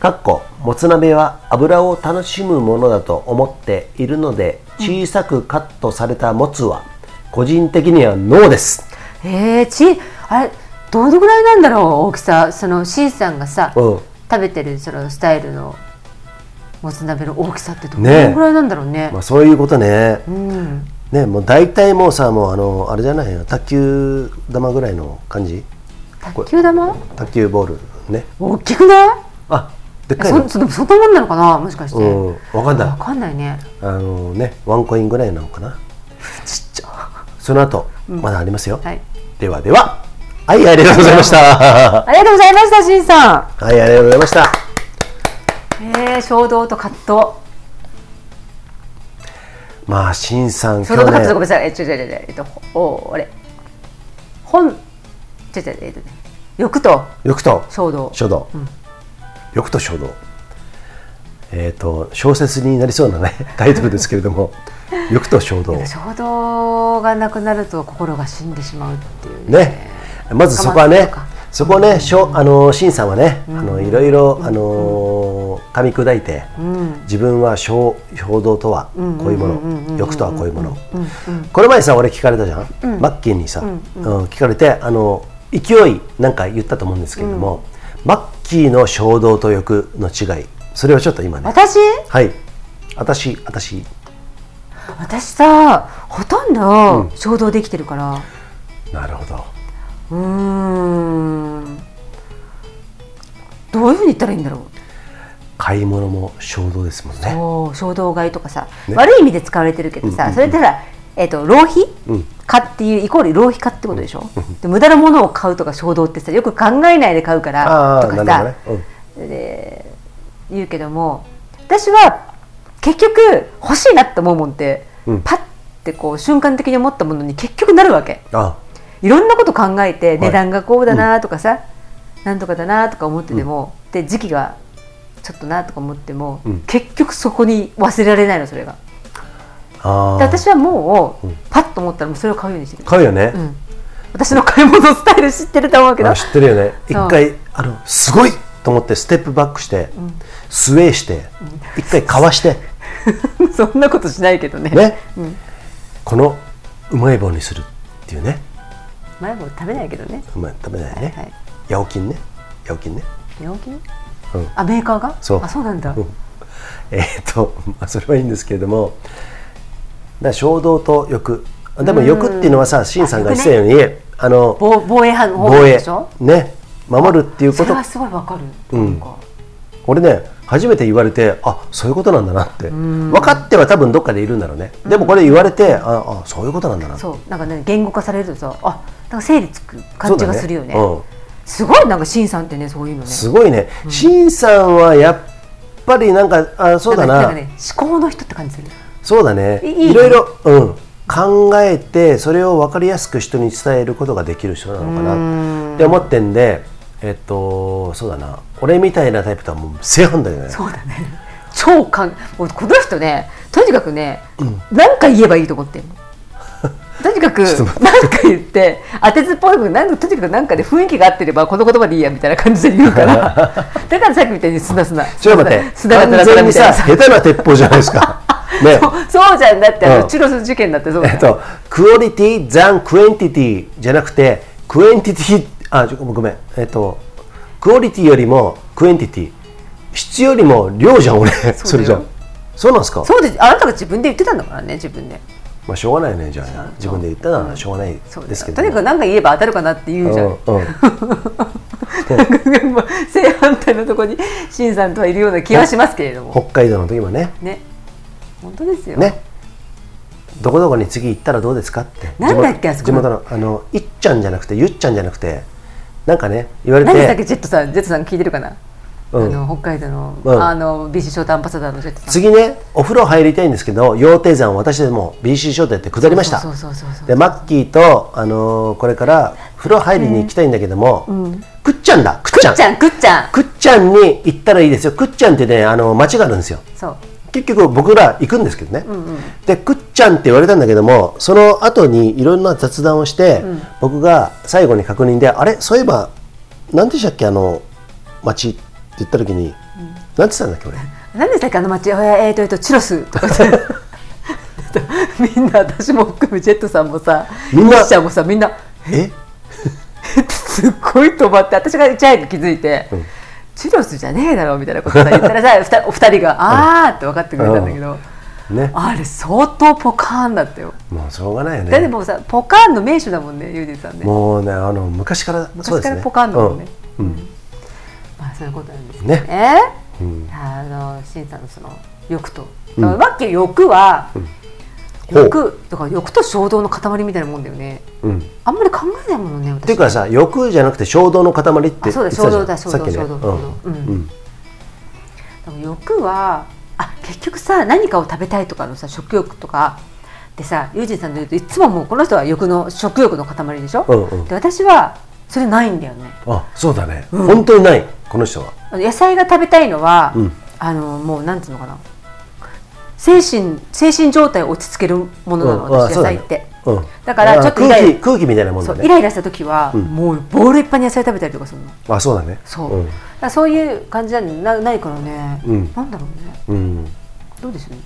Speaker 2: かっこもつ鍋は油を楽しむものだと思っているので小さくカットされたもつは個人的にはノーです
Speaker 3: えー、ちあれどのぐらいなんだろう大きさそのしんさんがさ、
Speaker 2: うん
Speaker 3: 食べてるそのスタイルのもつ鍋の大きさってどのぐ
Speaker 2: ねえ
Speaker 3: らいなんだろうね
Speaker 2: まあそういうことね
Speaker 3: うん
Speaker 2: ねもう大体もうさもうあのあれじゃないよ卓球玉ぐらいの感じ
Speaker 3: 卓球玉
Speaker 2: 卓球ボールね
Speaker 3: 大きくない
Speaker 2: あでっかいの
Speaker 3: そそそんなもんなのかなもしかして、
Speaker 2: うんわかん
Speaker 3: わ
Speaker 2: な
Speaker 3: かんないね
Speaker 2: いあのねワンコインぐらいなのかな
Speaker 3: ちっちゃ
Speaker 2: その後まだありますよ、
Speaker 3: はい
Speaker 2: ではでははいありがとうございましたは
Speaker 3: ありがとうございましたしんさ
Speaker 2: いありがとうございました
Speaker 3: んえー、衝動と葛藤
Speaker 2: まあしんさん
Speaker 3: 衝
Speaker 2: 今
Speaker 3: 動と
Speaker 2: 日
Speaker 3: 葛藤ご
Speaker 2: ね
Speaker 3: めんなさいえちょちょちょちょえっとおあれ本ちょちょえっとね欲と
Speaker 2: 欲と
Speaker 3: 衝動
Speaker 2: 書道、欲と書道えっ、と小説になりそうなねタイトルですけれども欲と衝動
Speaker 3: 衝動がなくなると心が死んでしまうっていう
Speaker 2: ね、まずそこは
Speaker 3: 我慢
Speaker 2: ね
Speaker 3: とか、
Speaker 2: そこをね、しょあの新さんはね、あのいろいろあの噛み砕いて、自分は衝衝動とはこういうもの、欲とはこういうもの。この前さ、俺聞かれたじゃん。マッキーにさ、うん聞かれてあの勢いなんか言ったと思うんですけれども、マッキーの衝動と欲の違い、それをちょっと今ね、
Speaker 3: 私
Speaker 2: はい、私私
Speaker 3: 私さほとんど衝動できてるから
Speaker 2: なるほど。
Speaker 3: うーんどういうふうに言ったらいいんだろう
Speaker 2: 必買い物も衝動ですもんね
Speaker 3: おー衝動買いとかさ、
Speaker 2: ね
Speaker 3: 悪い意味で使われてるけどさ、それってほら、えっと浪費、かっていうイコール浪費かってことでしょ、で無駄なものを買うとか衝動ってさよく考えないで買うか
Speaker 2: あ
Speaker 3: ら
Speaker 2: あ
Speaker 3: とか
Speaker 2: な
Speaker 3: さ、
Speaker 2: るほどね、
Speaker 3: 言うけども私は結局欲しいなって思うもんって、
Speaker 2: うん
Speaker 3: パッてこう瞬間的に思ったものに結局なるわけ
Speaker 2: うん、あ
Speaker 3: いろんなこと考えて値段がこうだなとかさ、なんとかだなとか思ってても、で時期がちょっとなとか思っても、
Speaker 2: うん
Speaker 3: 結局そこに忘れられないのそれが。
Speaker 2: あ
Speaker 3: で私はもう、パッと思ったらもうそれを買うようにしてる、
Speaker 2: 買うよね、
Speaker 3: うん、私の買い物スタイル知ってると思うけど
Speaker 2: あ知ってるよね一
Speaker 3: そう
Speaker 2: 回あのすごいと思ってステップバックして、スウェイして一回かわして
Speaker 3: そんなことしないけどね
Speaker 2: ね、このうまい棒にするっていうね
Speaker 3: 前も食べないけどね
Speaker 2: うまい食べないね、
Speaker 3: はいはい
Speaker 2: ヤオキンねヤオキンね
Speaker 3: 病気、
Speaker 2: うん
Speaker 3: あメーカーが
Speaker 2: そう
Speaker 3: あそうなんだ、
Speaker 2: うんえーっと、 まあ、それはいいんですけれどもな衝動と欲でも欲っていうのはさシンさんが言ってたように、あの
Speaker 3: 防防衛派の方
Speaker 2: 防衛
Speaker 3: でしょ
Speaker 2: ね守るっていう
Speaker 3: そ
Speaker 2: こ
Speaker 3: れ
Speaker 2: と
Speaker 3: はすごいわかる、なんか
Speaker 2: 俺ね初めて言われてあそういうことなんだなって分かっては多分どっかでいるんだろうねでもこれ言われてああそういうことなんだな
Speaker 3: そうなんかね言語化されるとさあなんか整理つく感じがするよね
Speaker 2: そうだねうん
Speaker 3: すごいなんかシンさんってねそういうのね
Speaker 2: すごいねシンさんはやっぱりなんかあそうだ
Speaker 3: ん
Speaker 2: な
Speaker 3: かね思考の人って感じする
Speaker 2: そうだね
Speaker 3: いいい
Speaker 2: いろいろ、うん、考えてそれを分かりやすく人に伝えることができる人なのかなって思ってんでえっとそうだな俺みたいなタイプとはもう正反対だね
Speaker 3: そうだね超感もうこの人ねとにかくね何、か言えばいいと思ってんのとにかく
Speaker 2: ちょっと
Speaker 3: 何か言って当てずっぽいことなんとにかく何かで雰囲気が合ってればこの言葉でいいやみたいな感じで言うからだからさっきみたいにすなすな
Speaker 2: ちょっと待って
Speaker 3: すなすな
Speaker 2: 完
Speaker 3: すな
Speaker 2: 全
Speaker 3: み
Speaker 2: に
Speaker 3: た
Speaker 2: さ
Speaker 3: いなさ
Speaker 2: 下手な鉄砲じゃないです かね
Speaker 3: そうそうじゃんだってあ
Speaker 2: う
Speaker 3: の
Speaker 2: ん
Speaker 3: チュロス事件だってそうじゃ
Speaker 2: え
Speaker 3: ん
Speaker 2: っと、クオリティザンクエンティティじゃなくて、クエンティティ、あ、ちょごめん、えっと、クオリティよりもクエンティティ、質よりも量じゃん、俺、それじゃん。そうなんですか、
Speaker 3: そうですあなたが自分で言ってたんだからね自分で
Speaker 2: まあ、しょうがないね、じゃあ、自分で言ったらしょうがない
Speaker 3: そう
Speaker 2: ですけど。
Speaker 3: とにかく何か言えば当たるかなって言うじゃん
Speaker 2: うんうん
Speaker 3: なんか正反対のとこにシンさんとはいるような気はしますけれども
Speaker 2: 北海道の時もね、
Speaker 3: ね本当ですよ
Speaker 2: ね、どこどこに次行ったらどうですかって、
Speaker 3: なんだっけあそこ
Speaker 2: 地元のあの、いっちゃんじゃなくて、ゆっちゃんじゃなくて、なんかね、言われて、
Speaker 3: 何でしたっけジェットさんジェットさん聞いてるかな、
Speaker 2: うん
Speaker 3: あの北海道の、
Speaker 2: うん
Speaker 3: あの BC ショートアンバサダーのジェットさん
Speaker 2: 次ねお風呂入りたいんですけど羊蹄山を私でも BC 商店って下りました
Speaker 3: そうそうそうそう
Speaker 2: でマッキーと、あのーこれから風呂入りに行きたいんだけども、くっちゃんだくっち
Speaker 3: く
Speaker 2: ゃ
Speaker 3: っ
Speaker 2: ん
Speaker 3: ちゃんくっちゃん
Speaker 2: くっちゃんに行ったらいいですよくっちゃんってねあの町があるんですよ
Speaker 3: そう
Speaker 2: 結局僕ら行くんですけどね、でくっちゃんって言われたんだけどもその後にいろんな雑談をして、僕が最後に確認であれそういえば何でしたっけあの町って言った時に、なんて言ったんだっけ俺
Speaker 3: 何でしたっけあの町えー、とえー、とチュロスとか 言ってみんな私も含むジェットさんもさ
Speaker 2: みんな
Speaker 3: ミッシャーもさみんな
Speaker 2: え
Speaker 3: すっごい止まって私がいち早く気づいて、チュロスじゃねえだろみたいなことさ言ったらさふたお二人があーって分かってくれたんだけど、
Speaker 2: ね
Speaker 3: あれ相当ポカーンだったよ、
Speaker 2: もうしょうがないよね
Speaker 3: だってもうさポカーンの名手だもんねユージさんね
Speaker 2: もうねあの昔からそう
Speaker 3: 昔
Speaker 2: です
Speaker 3: から
Speaker 2: ね
Speaker 3: ポカンだもんね。
Speaker 2: うんうん
Speaker 3: まあそういうことなんです
Speaker 2: ね
Speaker 3: ね。あのシンさんのその欲と、だからさっきの欲は、
Speaker 2: ほう
Speaker 3: 欲だから欲と衝動の塊みたいなもんだよね。
Speaker 2: うんっ
Speaker 3: あんまり考えないものね私。
Speaker 2: ていうかさ欲じゃなくて衝動の塊って言って
Speaker 3: あ
Speaker 2: たじ
Speaker 3: そ
Speaker 2: ゃ
Speaker 3: うんだ衝動だ衝
Speaker 2: さっ
Speaker 3: 動
Speaker 2: きね
Speaker 3: 衝
Speaker 2: う
Speaker 3: 動
Speaker 2: ん
Speaker 3: 衝動。うん。
Speaker 2: うん
Speaker 3: でも欲はあ結局さ何かを食べたいとかのさ食欲とかでさユージさんの言うといつももうこの人は欲の食欲の塊でしょ。
Speaker 2: うんうん
Speaker 3: で私はそれないんだよね。
Speaker 2: あそうだね本当にないこの人は
Speaker 3: あの野菜が食べたいのは、
Speaker 2: うん
Speaker 3: あのもうなんつうのかな精神精神状態を落ち着けるものなの、
Speaker 2: うんあ
Speaker 3: 私
Speaker 2: そ
Speaker 3: 野
Speaker 2: うだ
Speaker 3: 菜
Speaker 2: ね
Speaker 3: って、
Speaker 2: うん
Speaker 3: だから
Speaker 2: あ
Speaker 3: ちょっとイラ
Speaker 2: 空
Speaker 3: イ
Speaker 2: 気空気みたいなも
Speaker 3: ラ
Speaker 2: ん
Speaker 3: そ
Speaker 2: だ
Speaker 3: うイ
Speaker 2: ね
Speaker 3: ライラした時は、もうボールいっぱいに野菜食べたりとかするの
Speaker 2: あそうだね
Speaker 3: そう、だからそういう感じなんでなないからね、
Speaker 2: うん
Speaker 3: なんだろうね
Speaker 2: うんうんだ
Speaker 3: どうですね
Speaker 2: か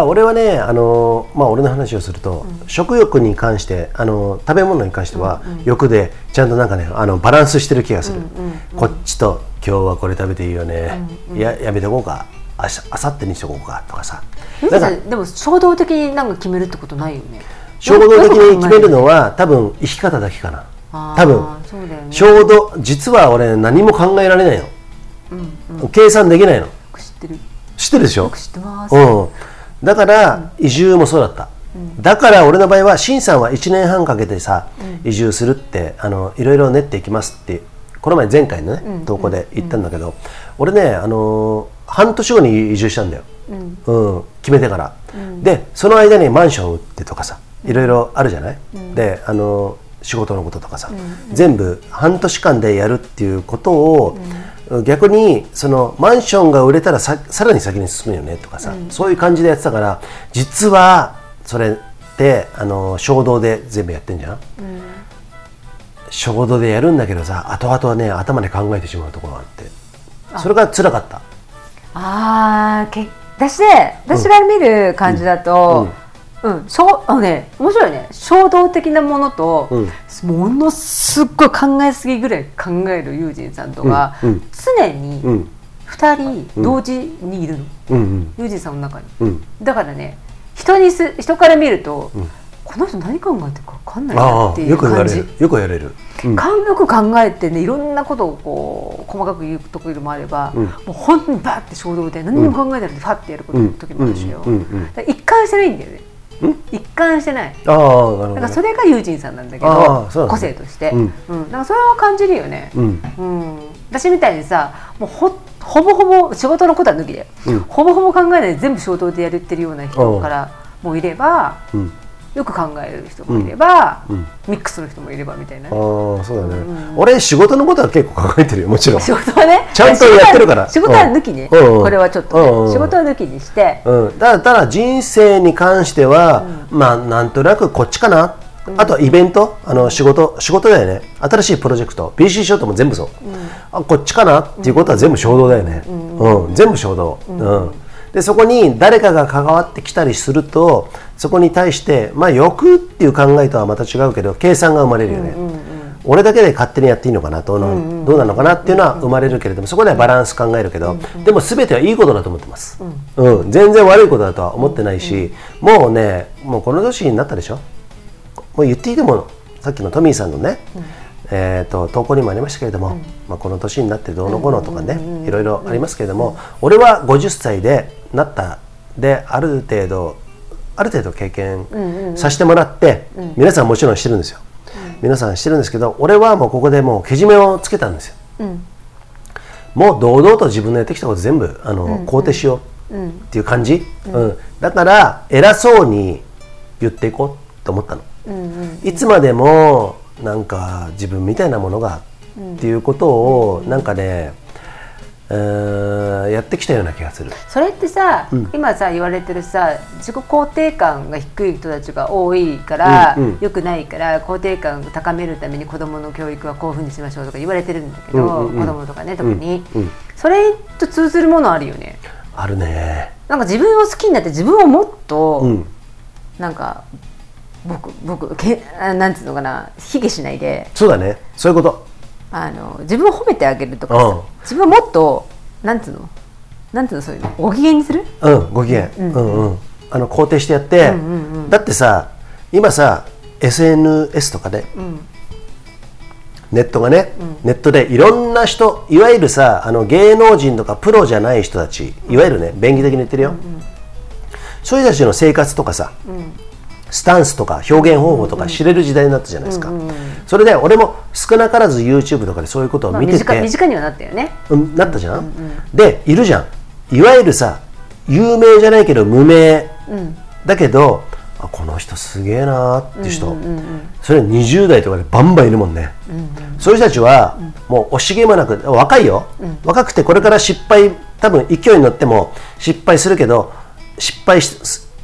Speaker 2: ら俺はねあのまあ俺の話をすると食欲に関してあの食べ物に関しては欲でちゃんとなんかねあのバランスしてる気がするこっちと今日はこれ食べていいよねいややめとこうか明日明後日にしとこうかとかさ
Speaker 3: ゆう
Speaker 2: な
Speaker 3: じ
Speaker 2: んか
Speaker 3: さんでも衝動的になんか決めるってことないよね
Speaker 2: 衝動的に決める
Speaker 3: の
Speaker 2: のは多分生き方だけかな多分
Speaker 3: そうだよね
Speaker 2: 衝動実は俺何も考えられないのこう計算できないの
Speaker 3: く知ってるよ
Speaker 2: 知ってるでしょ
Speaker 3: く知ってます、
Speaker 2: うん、だから移住もそうだった、だから俺の場合は新さんは1年半かけてさ、移住するってあのいろいろ練っていきますってこの前前回のね、投稿で言ったんだけど、俺ねあのー半年後に移住したんだよ、うん決めてから、でその間にマンションを売ってとかさいろいろあるじゃない、であのー仕事のこととかさ、全部半年間でやるっていうことを、逆にそのマンションが売れたらささらに先に進むよねとかさ、そういう感じでやってたから実はそれってあの衝動で全部やってんじゃん、衝動でやるんだけどさ後々はね頭で考えてしまうところがあってそれが辛かった
Speaker 3: ああけ私ね私が見る感じだと、うんしょあのね面白いね衝動的なものと、ものすっごい考えすぎぐらい考える友人さんとか、
Speaker 2: うんうん
Speaker 3: 常に
Speaker 2: うん
Speaker 3: 2人同時にいるの、
Speaker 2: うんうん
Speaker 3: 友人さんの中に、
Speaker 2: うん
Speaker 3: だからね人にす人から見ると、この人何考えてるか分かんないな
Speaker 2: あ
Speaker 3: っ
Speaker 2: あ
Speaker 3: てい
Speaker 2: よ
Speaker 3: う
Speaker 2: く言わ
Speaker 3: 感
Speaker 2: れ
Speaker 3: じ
Speaker 2: るよく言われる、うん
Speaker 3: かんよく考えてねいろんなことをこう細かく言うところもあれば、
Speaker 2: ん
Speaker 3: もう本当にバーって衝動で何にも考えないでファってやること
Speaker 2: うん
Speaker 3: 時もあるしよ、
Speaker 2: うんうんうん
Speaker 3: だから一貫してないんだよね一貫してない
Speaker 2: ああなるほ
Speaker 3: だ
Speaker 2: ど
Speaker 3: からそれが友人さんなんだけ
Speaker 2: あ
Speaker 3: ど
Speaker 2: ーそうなんだ
Speaker 3: 個性として、
Speaker 2: う
Speaker 3: うんんだからそれは感じるよね、
Speaker 2: うん
Speaker 3: うん私みたいにさもうほほぼほぼ仕事のことは抜きで、
Speaker 2: うん
Speaker 3: ほぼほぼ考えないで全部衝動でやるってるような人からもいれば
Speaker 2: うん
Speaker 3: よく考える人もいれば、
Speaker 2: ん
Speaker 3: ミックスの人もいればみたいなね
Speaker 2: ああそうだね、俺仕事のことは結構考えてるよもちろん
Speaker 3: 仕事はね
Speaker 2: ちゃんとやってるから
Speaker 3: 仕事は仕事は抜きね、
Speaker 2: うんうん
Speaker 3: これはちょっと、
Speaker 2: うん
Speaker 3: 仕事は抜きにして、
Speaker 2: うん、ただただ人生に関しては、まあなんとなくこっちかな、あとはイベントあの仕事仕事だよね新しいプロジェクト BC ショートも全部そう、あこっちかなっていうことは全部衝動だよね、うん全部衝動、うんでそこに誰かが関わってきたりするとそこに対して、まあ、欲っていう考えとはまた違うけど計算が生まれるよね、俺だけで勝手にやっていいのかなどうな,、どうなのかなっていうのは生まれるけれどもそこではバランス考えるけど、でも全てはいいことだと思ってます、うん全然悪いことだとは思ってないし、もうねもうこの年になったでしょもう言っていいと思うのさっきのトミーさんのね、えー、と投稿にもありましたけれども、まあ、この年になってどうのこうのとかねいろいろありますけれども俺は50歳でなったである程度ある程度経験させてもらって、皆さんもちろんしてるんですよ、皆さんしてるんですけど俺はもうここでもうけじめをつけたんですよ、もう堂々と自分のやってきたこと全部あの、肯定しよううっていう感じ、うんだから偉そうに言っていこうと思ったの、いつまでもなんか自分みたいなものがっていうことをなんかね、うーんやってきたような気がする。
Speaker 3: それってさ、今さ言われてるさ自己肯定感が低い人たちが多いから、
Speaker 2: う
Speaker 3: 良
Speaker 2: んうん
Speaker 3: よくないから肯定感を高めるために子どもの教育はこういうふうにしましょうとか言われてるんだけど、
Speaker 2: うんうんうん
Speaker 3: 子どもとかね特に、
Speaker 2: うんうん
Speaker 3: それと通ずるものあるよね
Speaker 2: あるね。
Speaker 3: なんか自分を好きになって自分をもっと、
Speaker 2: うん。
Speaker 3: なんか僕僕けあなんつうのかな卑下しないで
Speaker 2: そうだね。そういうこと。
Speaker 3: あの自分を褒めてあげるとか
Speaker 2: うん
Speaker 3: さ自分をもっとなんつうのなんつうのそういうのご機嫌にする
Speaker 2: うん、ご機嫌、うんうんあの肯定してやって、だってさ今さ SNS とかで、ネットがね、ネットでいろんな人いわゆるさあの芸能人とかプロじゃない人たちいわゆるね便宜的に言ってるよ、そういう人たちの生活とかさ、スタンスとか表現方法とか知れる時代になったじゃないですか、それで俺も少なからず YouTube とかでそういうことを
Speaker 3: まあ
Speaker 2: 見てて、
Speaker 3: 身近身近にはなったよね
Speaker 2: うんなったじゃん、でいるじゃんいわゆるさ有名じゃないけど無名、だけどあこの人すげえなーって人、それ20代とかでバンバンいるもんね、そういう人たちは、もう惜しげもなく若いよ、若くてこれから失敗多分勢いに乗っても失敗するけど失敗し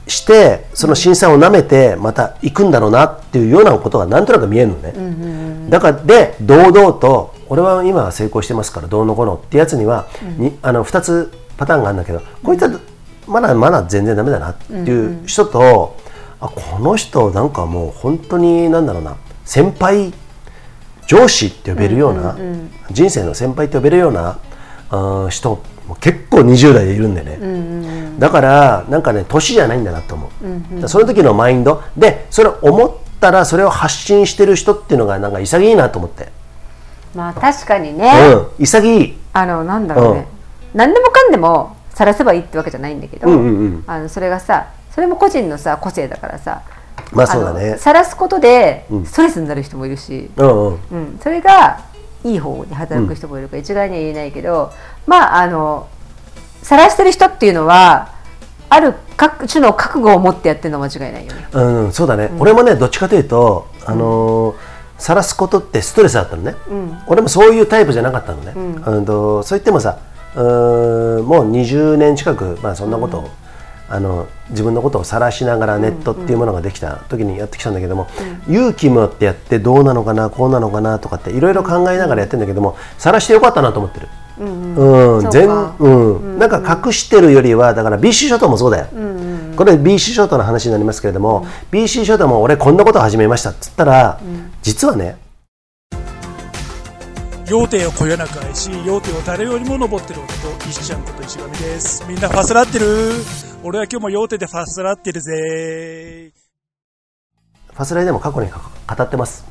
Speaker 2: してその辛酸をなめてまた行くんだろうなっていうようなことがなんとなく見えるのね、だからで堂々と俺は今は成功してますからどうのこうのってやつには、にあの2つパターンがあるんだけどこういったまだまだ全然ダメだなっていう人と、あこの人なんかもう本当になんだろうな先輩上司って呼べるような、人生の先輩って呼べるようなあー人も結構20代でいるんでね、だからなんかね年じゃないんだなと思う、だからその時のマインドでそれを思ったらそれを発信してる人っていうのがなんか潔いなと思って、
Speaker 3: まあ確かにね、
Speaker 2: うん、潔い
Speaker 3: あのなんだろうね、何でもかんでも晒せばいいってわけじゃないんだけど、
Speaker 2: うんうんうん
Speaker 3: あのそれがさそれも個人のさ個性だからさ
Speaker 2: まあそうだね
Speaker 3: の晒すことで
Speaker 2: うん
Speaker 3: ストレスになる人もいるし、
Speaker 2: うんうん
Speaker 3: うんそれがいい方に働く人もいるから一概には言えないけど、まああの晒してる人っていうのはある各種の覚悟を持ってやってるのは間違いないよね。
Speaker 2: うん、そうだね、俺もねどっちかというとあのー晒すことってストレスだったのね、俺もそういうタイプじゃなかったのね、うん、とそう言ってもさうーんもう20年近く、まあ、そんなことを、あの自分のことを晒しながらネットっていうものができた時にやってきたんだけども、勇気持ってやってどうなのかなこうなのかなとかっていろいろ考えながらやってんだけども晒してよかったなと思ってる。うん
Speaker 3: そうか
Speaker 2: 全うん、なんか隠してるよりはだから BC 諸島もそうだよ、これ BC 諸島の話になりますけれども、BC 諸島も俺こんなこと始めましたっつったら、実はね
Speaker 5: 要点をこよなく愛し要点を誰よりも登ってる男石ちゃんこと石神ですみんなファスラってる俺は今日も要点でファスラってるぜ
Speaker 2: ファスライでも過去にか語ってます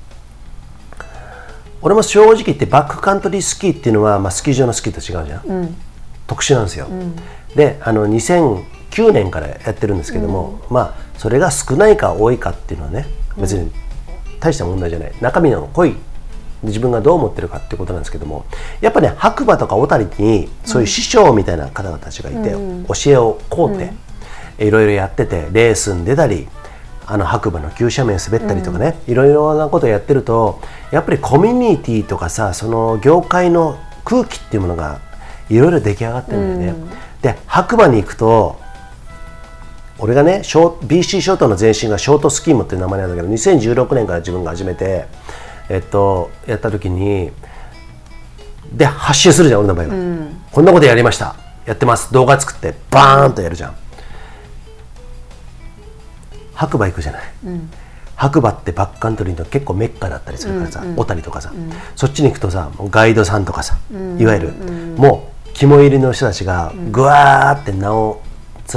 Speaker 2: 俺も正直言ってバックカントリースキーっていうのは、まあ、スキー場のスキーと違うじゃん、特殊なんですよ、であの2009年からやってるんですけども、まあそれが少ないか多いかっていうのはね別に大した問題じゃない中身の濃い自分がどう思ってるかってことなんですけどもやっぱね白馬とか小谷にそういう師匠みたいな方々たちがいて、教えをこうて、いろいろやっててレースに出たりあの白馬の急斜面滑ったりとかね、いろいろなことやってるとやっぱりコミュニティとかさその業界の空気っていうものがいろいろ出来上がってるんだよね。で白馬に行くと俺がねショー BC ショートの前身がショートスキームっていう名前なんだけど2016年から自分が始めて、えっと、やった時にで発信するじゃん俺の場合は、こんなことやりましたやってます動画作ってバーンとやるじゃん白馬行くじゃない、白馬ってバックカントリーの結構メッカだったりするからさ、小谷とかさ、そっちに行くとさもうガイドさんとかさ、いわゆる、もう肝入りの人たちがぐわーって名を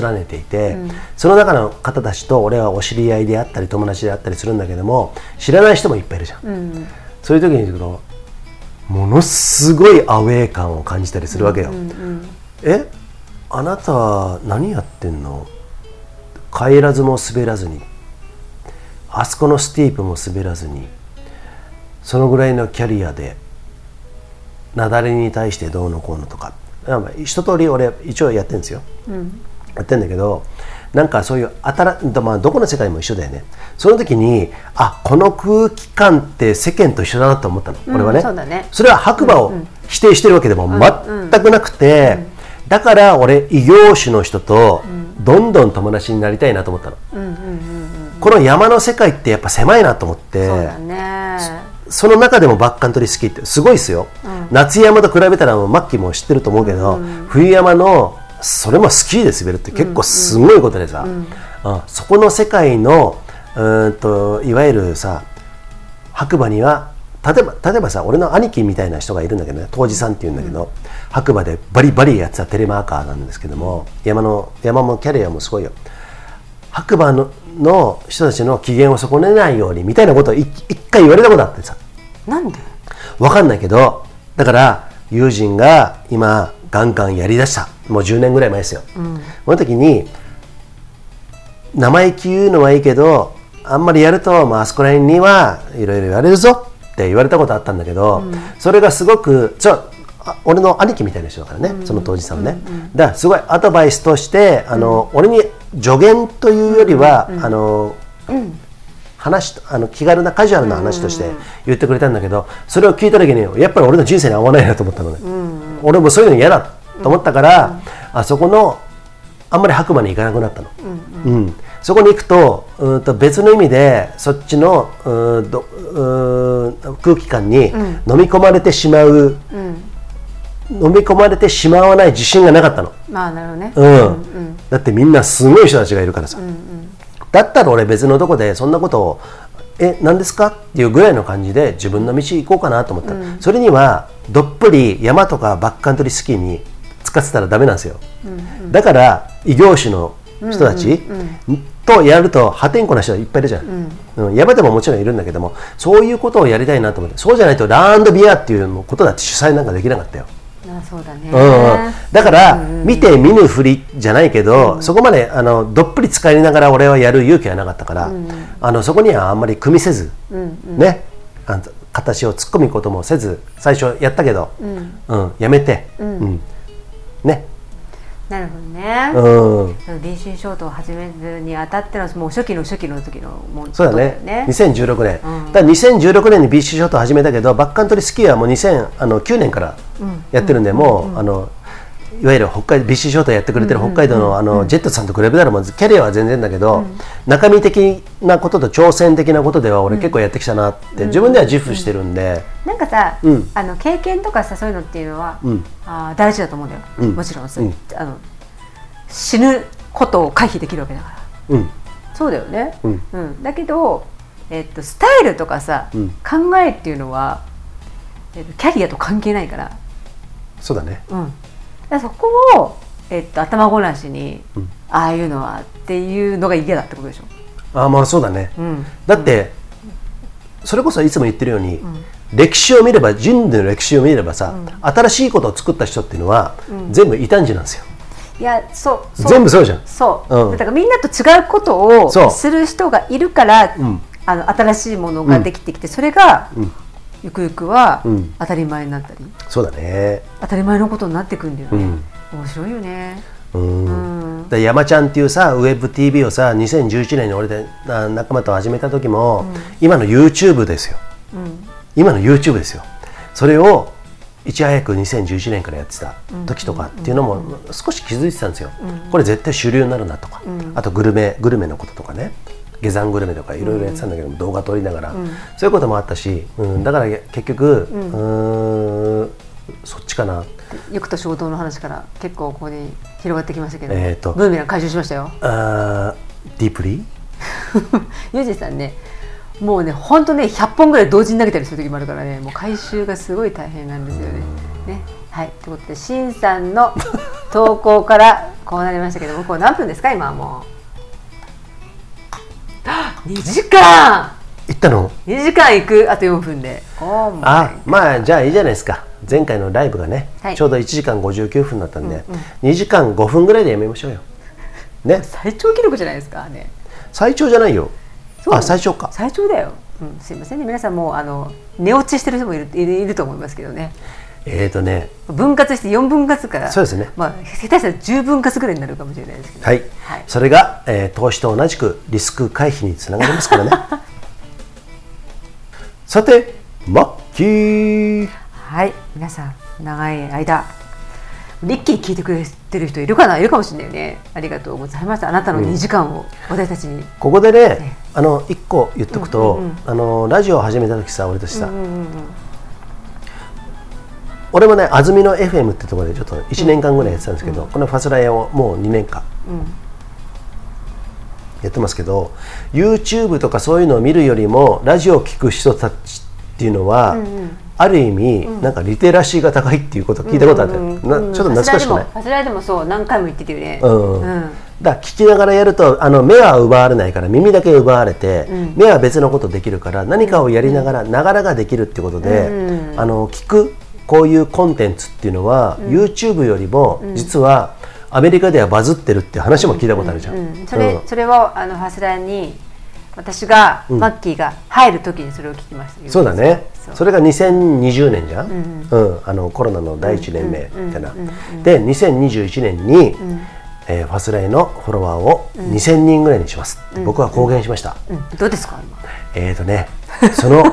Speaker 2: 連ねていて、その中の方たちと俺はお知り合いであったり友達であったりするんだけども知らない人もいっぱいいるじゃん、そういう時に行くとものすごいアウェー感を感じたりするわけよ、えあなた何やってんの帰らずも滑らずにあそこのスティープも滑らずにそのぐらいのキャリアで雪崩に対してどうのこうのとかまあまあ一通り俺一応やってるんですよ、やってんだけどなんかそういう新、まあ、どこの世界も一緒だよねその時にあこの空気感って世間と一緒だなと思ったの、俺はね
Speaker 3: そうだね
Speaker 2: それは白馬を否定してるわけでも全くなくて、だから俺異業種の人とどんどん友達になりたいなと思ったの、この山の世界ってやっぱ狭いなと思って
Speaker 3: そうだね
Speaker 2: その中でもバックカントリースキーってすごいですよ、夏山と比べたらもうマッキーも知ってると思うけど、冬山のそれもスキーで滑るって結構すごいことでさ、あそこの世界のうーんといわゆるさ白馬には例えば例えばさ俺の兄貴みたいな人がいるんだけどね当時さんっていうんだけど、白馬でバリバリやってたテレマーカーなんですけども山の山もキャリアもすごいよ白馬のの人たちの機嫌を損ねないようにみたいなことをい一回言われたことあってさ
Speaker 3: なんで
Speaker 2: わかんないけどだから友人が今ガンガンやりだしたもう10年ぐらい前ですよ、その時に生意気言うのはいいけどあんまりやると、まああそこら辺にはいろいろ言われるぞって言われたことあったんだけど、それがすごくちょあ俺の兄貴みたいな人だからね、その当時さんはね、だからすごいアドバイスとしてあの、俺に助言というよりは、あの話とあの気軽なカジュアルな話として言ってくれたんだけどそれを聞いた時にやっぱり俺の人生に合わないなと思ったのね、俺もそういうの嫌だと思ったから、あそこのあんまり白馬に行かなくなったの、うんそこに行くとうーんと別の意味でそっちのうーんどうーん空気感に飲み込まれてしまう、飲み込まれてしまわない自信がなかったの、
Speaker 3: まあなるほどね、
Speaker 2: うんだってみんなすごい人たちがいるからさ、だったら俺別のとこでそんなことを「え何ですか?」っていうぐらいの感じで自分の道行こうかなと思った、それにはどっぷり山とかバックカントリースキーに使ってたらダメなんですよ、だから異業種の人たちとやると破天荒な人がいっぱいいるじゃん、うん山でももちろんいるんだけどもそういうことをやりたいなと思ってそうじゃないとランドビアっていうことだって主催なんかできなかったよ、
Speaker 3: あそうだね、
Speaker 2: うん、だから、見て見ぬふりじゃないけど、そこまであのどっぷり使いながら俺はやる勇気はなかったから、あのそこにはあんまり組みせず、ねあの形を突っ込むこともせず最初やったけど、うんやめて、うんね、
Speaker 3: なるほどね、
Speaker 2: うん、
Speaker 3: でも BC ショートを始めるにあたってのもう初期の初期の時のもう
Speaker 2: そうだね
Speaker 3: こと
Speaker 2: 2016年、だから2016年に BC ショート始めたけどバックカントリースキーはもう2009年からやってるんで、もう、あのいわゆる北海 BC ショートやってくれてる北海道の,、あのジェットさんと比べたらもうキャリアは全然だけど、中身的なことと挑戦的なことでは俺結構やってきたなって、自分では自負してるんで、
Speaker 3: なんかさ、
Speaker 2: ん
Speaker 3: あの経験とかさそういうのっていうのは、あー大事だと思うんだよ、もちろんさ、
Speaker 2: うん
Speaker 3: あの死ぬことを回避できるわけだから
Speaker 2: うん
Speaker 3: そうだよね、
Speaker 2: うん
Speaker 3: だけど、えっとスタイルとかさ、
Speaker 2: うん
Speaker 3: 考えっていうのは、えっとキャリアと関係ないから,、
Speaker 2: そうだね
Speaker 3: うん、だからそこを、えっと頭ごなしに、ああいうのはっていうのが嫌だってことでしょ、
Speaker 2: あーまあそうだね、
Speaker 3: うん、
Speaker 2: だって、それこそいつも言ってるように、歴史を見れば人類の歴史を見ればさ、新しいことを作った人っていうのは、全部異端児なんですよ
Speaker 3: いやそうそう
Speaker 2: 全部そうじゃん
Speaker 3: そう、
Speaker 2: うん
Speaker 3: だからみんなと違うこと
Speaker 2: そう
Speaker 3: をする人がいるから、
Speaker 2: ん
Speaker 3: あの新しいものができてきて、それが、ゆくゆくは
Speaker 2: ん
Speaker 3: 当たり前になったり
Speaker 2: そうだね
Speaker 3: 当たり前のことになってくんだよね、
Speaker 2: ん
Speaker 3: 面白いよね
Speaker 2: うんだから山ちゃんっていうさウェブ TV をさ2011年に俺であ仲間と始めた時も、今の YouTube ですよ、今の YouTube ですよそれをいち早く2011年からやってた時とかっていうのも少し気づいてたんですよ、これ絶対主流になるなとか、あとグルメグルメのこととかね下山グルメとかいろいろやってたんだけども、動画撮りながら、そういうこともあったし、うん、だから結局、うーんそっちかな
Speaker 3: 欲と衝動の話から結構ここに広がってきましたけど、
Speaker 2: えーと
Speaker 3: ブーメラン回収しましたよ
Speaker 2: あーディープリー
Speaker 3: ユージさんねもうね本当ね100本ぐらい同時に投げたりする時もあるからねもう回収がすごい大変なんですよね。ねはいということでしんさん の投稿からこうなりましたけどもこれ何分ですか今はも う2時間
Speaker 2: 行ったの
Speaker 3: 2時間いくあと4分でおー
Speaker 2: あまあじゃあいいじゃないですか前回のライブがね、
Speaker 3: はい
Speaker 2: ちょうど1時間59分だったんで、2時間5分ぐらいでやめましょうよね
Speaker 3: 最長記録じゃないですかね
Speaker 2: 最長じゃないよ
Speaker 3: そう
Speaker 2: あ最長か
Speaker 3: 最長だよ、うん、すいませんね皆さんもうあの寝落ちしてる人もいるいるいると思いますけどね
Speaker 2: えーとね
Speaker 3: 分割して4分割から
Speaker 2: そうですね
Speaker 3: まあ、下手したら10分割ぐらいになるかもしれないですけど
Speaker 2: はい、
Speaker 3: はい
Speaker 2: それが、えー投資と同じくリスク回避につながります からねさてマッキー
Speaker 3: はい、皆さん長い間一気に聞いてくれてる人いるかないるかもしれないよねありがとうございましたあなたの2時間を私たちに、
Speaker 2: ここでね、あの1個言っとくと、あのラジオを始めた時さ俺としてさ、俺もね安曇野 FM ってところでちょっと1年間ぐらいやってたんですけど、このファスラインをもう2年間、やってますけど YouTube とかそういうのを見るよりもラジオを聞く人たちっていうのは、ある意味、なんかリテラシーが高いっていうことを聞いたことあって、なちょっと懐かしくない
Speaker 3: ファスライでもそう何回も言っててよね、
Speaker 2: うん
Speaker 3: うん
Speaker 2: だから聞きながらやるとあの目は奪われないから耳だけ奪われて、目は別のことできるから何かをやりながらながらができるってことで、あの聞くこういうコンテンツっていうのは、YouTube よりも実はアメリカではバズってるっていう話も聞いたことあるじゃん。
Speaker 3: うんそれ
Speaker 2: うん
Speaker 3: それをあのファスライに私が、マッキーが入る時にそれを聞きました
Speaker 2: そうだね
Speaker 3: そう
Speaker 2: それが2020年じゃん、うんあのコロナの第1年目みたいな、で2021年に、えーファスライのフォロワーを2000人ぐらいにしますって、僕は公言しました、
Speaker 3: うんどうですか今
Speaker 2: えーとね、その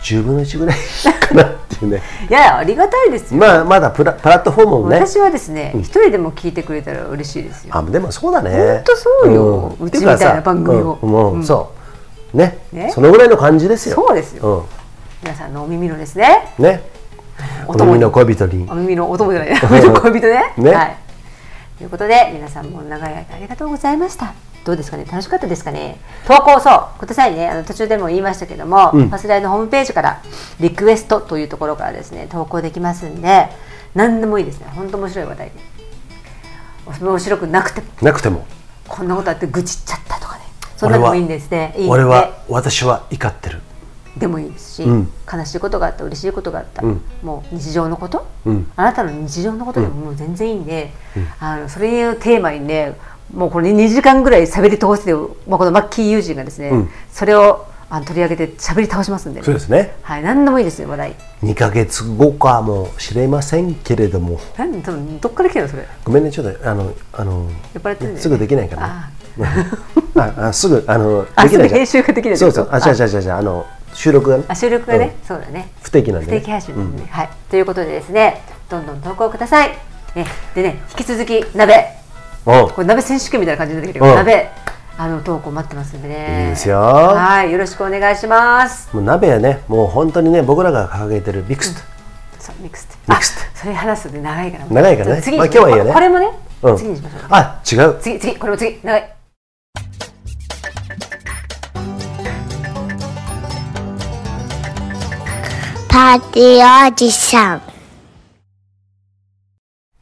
Speaker 2: 10分の1ぐらいかなっていうね、
Speaker 3: いやありがたいですよ、
Speaker 2: まあ、まだプラプラットフォームもね、
Speaker 3: 私はですね一、人でも聞いてくれたら嬉しいですよ
Speaker 2: あでもそうだね、
Speaker 3: ほんとそうようちみたいな番組を
Speaker 2: ってうかさうんもうそう、ね
Speaker 3: ね
Speaker 2: そのぐらいの感じですよ、
Speaker 3: そうですよ、皆さんのお耳のですね
Speaker 2: うん、ね、お
Speaker 3: お供
Speaker 2: 耳
Speaker 3: に
Speaker 2: の恋人に
Speaker 3: お、耳のお供じゃないお耳の恋人ね。
Speaker 2: ね
Speaker 3: はい。ということで皆さんも長い間ありがとうございました。どうですかね楽しかったですかね投稿そうくださいねあの途中でも言いましたけども、パスライのホームページからリクエストというところからですね投稿できますんで何でもいいですね本当面白い話題面白くなくても
Speaker 2: なくても、
Speaker 3: こんなことあって愚痴っちゃったとかねそんなのもいいんですねいいんで
Speaker 2: 俺は、私は怒ってる、
Speaker 3: でもいいですし、
Speaker 2: うん
Speaker 3: 悲しいことがあった嬉しいことがあった、
Speaker 2: うん
Speaker 3: もう日常のこと、
Speaker 2: うん
Speaker 3: あなたの日常のことでももう全然いいんで、あのそれをテーマにねもうこれ2時間ぐらい喋り通して、まあ、このマッキー友人がですね、
Speaker 2: うん
Speaker 3: それをあの取り上げて喋り倒しますんで
Speaker 2: そうですね
Speaker 3: はい、何でもいいですよ話題
Speaker 2: 2ヶ月後かもしれませんけれども
Speaker 3: 何多分どっから来てるのそれ
Speaker 2: ごめんねちょっとあのあの
Speaker 3: 酔っ払ってるんだよね
Speaker 2: すぐできないから
Speaker 3: あ
Speaker 2: ねああすぐあの
Speaker 3: あ
Speaker 2: できない
Speaker 3: すぐ編集ができないって
Speaker 2: そ
Speaker 3: こ
Speaker 2: う
Speaker 3: と
Speaker 2: そうあじゃじゃじゃじゃあの収録がね
Speaker 3: あ収録がね、
Speaker 2: うん
Speaker 3: そうだね
Speaker 2: 不定期なん
Speaker 3: 不
Speaker 2: でね
Speaker 3: 定期配信なんでね、はいということでですねどんどん投稿くださいねでね引き続き鍋
Speaker 2: おう
Speaker 3: これ鍋選手権みたいな感じになってきてるけ
Speaker 2: うん
Speaker 3: ど鍋あの投稿待ってますんでね
Speaker 2: いいですよ
Speaker 3: はいよろしくお願いします
Speaker 2: もう鍋はねもう本当にね僕らが掲げてるビクス
Speaker 3: そうミックスって
Speaker 2: ミックスって
Speaker 3: あそれ話すとね長いから
Speaker 2: 長いからね
Speaker 3: 次に
Speaker 2: まあ今日はいいよね
Speaker 3: これもね、
Speaker 2: ト、うん
Speaker 3: 次にしましょう
Speaker 2: あ違う
Speaker 3: 次次これも次長い
Speaker 6: パーティーおじさん。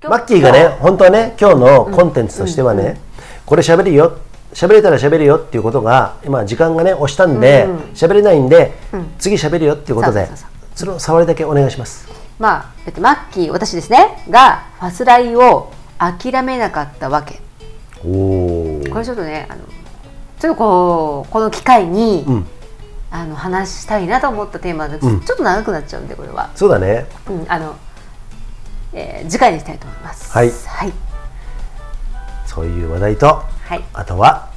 Speaker 2: マッキーがね本当はね今日のコンテンツとしてはね、これ喋るよ喋れたら喋るよっていうことが今時間がね押したんで喋、れないんで、次喋るよっていうことで
Speaker 3: そうそうそう
Speaker 2: それを触りだけお願いします
Speaker 3: まあ、えっと、マッキー私ですねがファスライを諦めなかったわけ
Speaker 2: おお
Speaker 3: これちょっとねあのちょっとこうこの機会に、
Speaker 2: うん
Speaker 3: あの話したいなと思ったテーマなんです、
Speaker 2: うん
Speaker 3: ちょっと長くなっちゃうんでこれは、
Speaker 2: そうだね
Speaker 3: うんあのえー次回にしたいと思います
Speaker 2: はい
Speaker 3: はい、
Speaker 2: そういう話題と
Speaker 3: はい
Speaker 2: あとは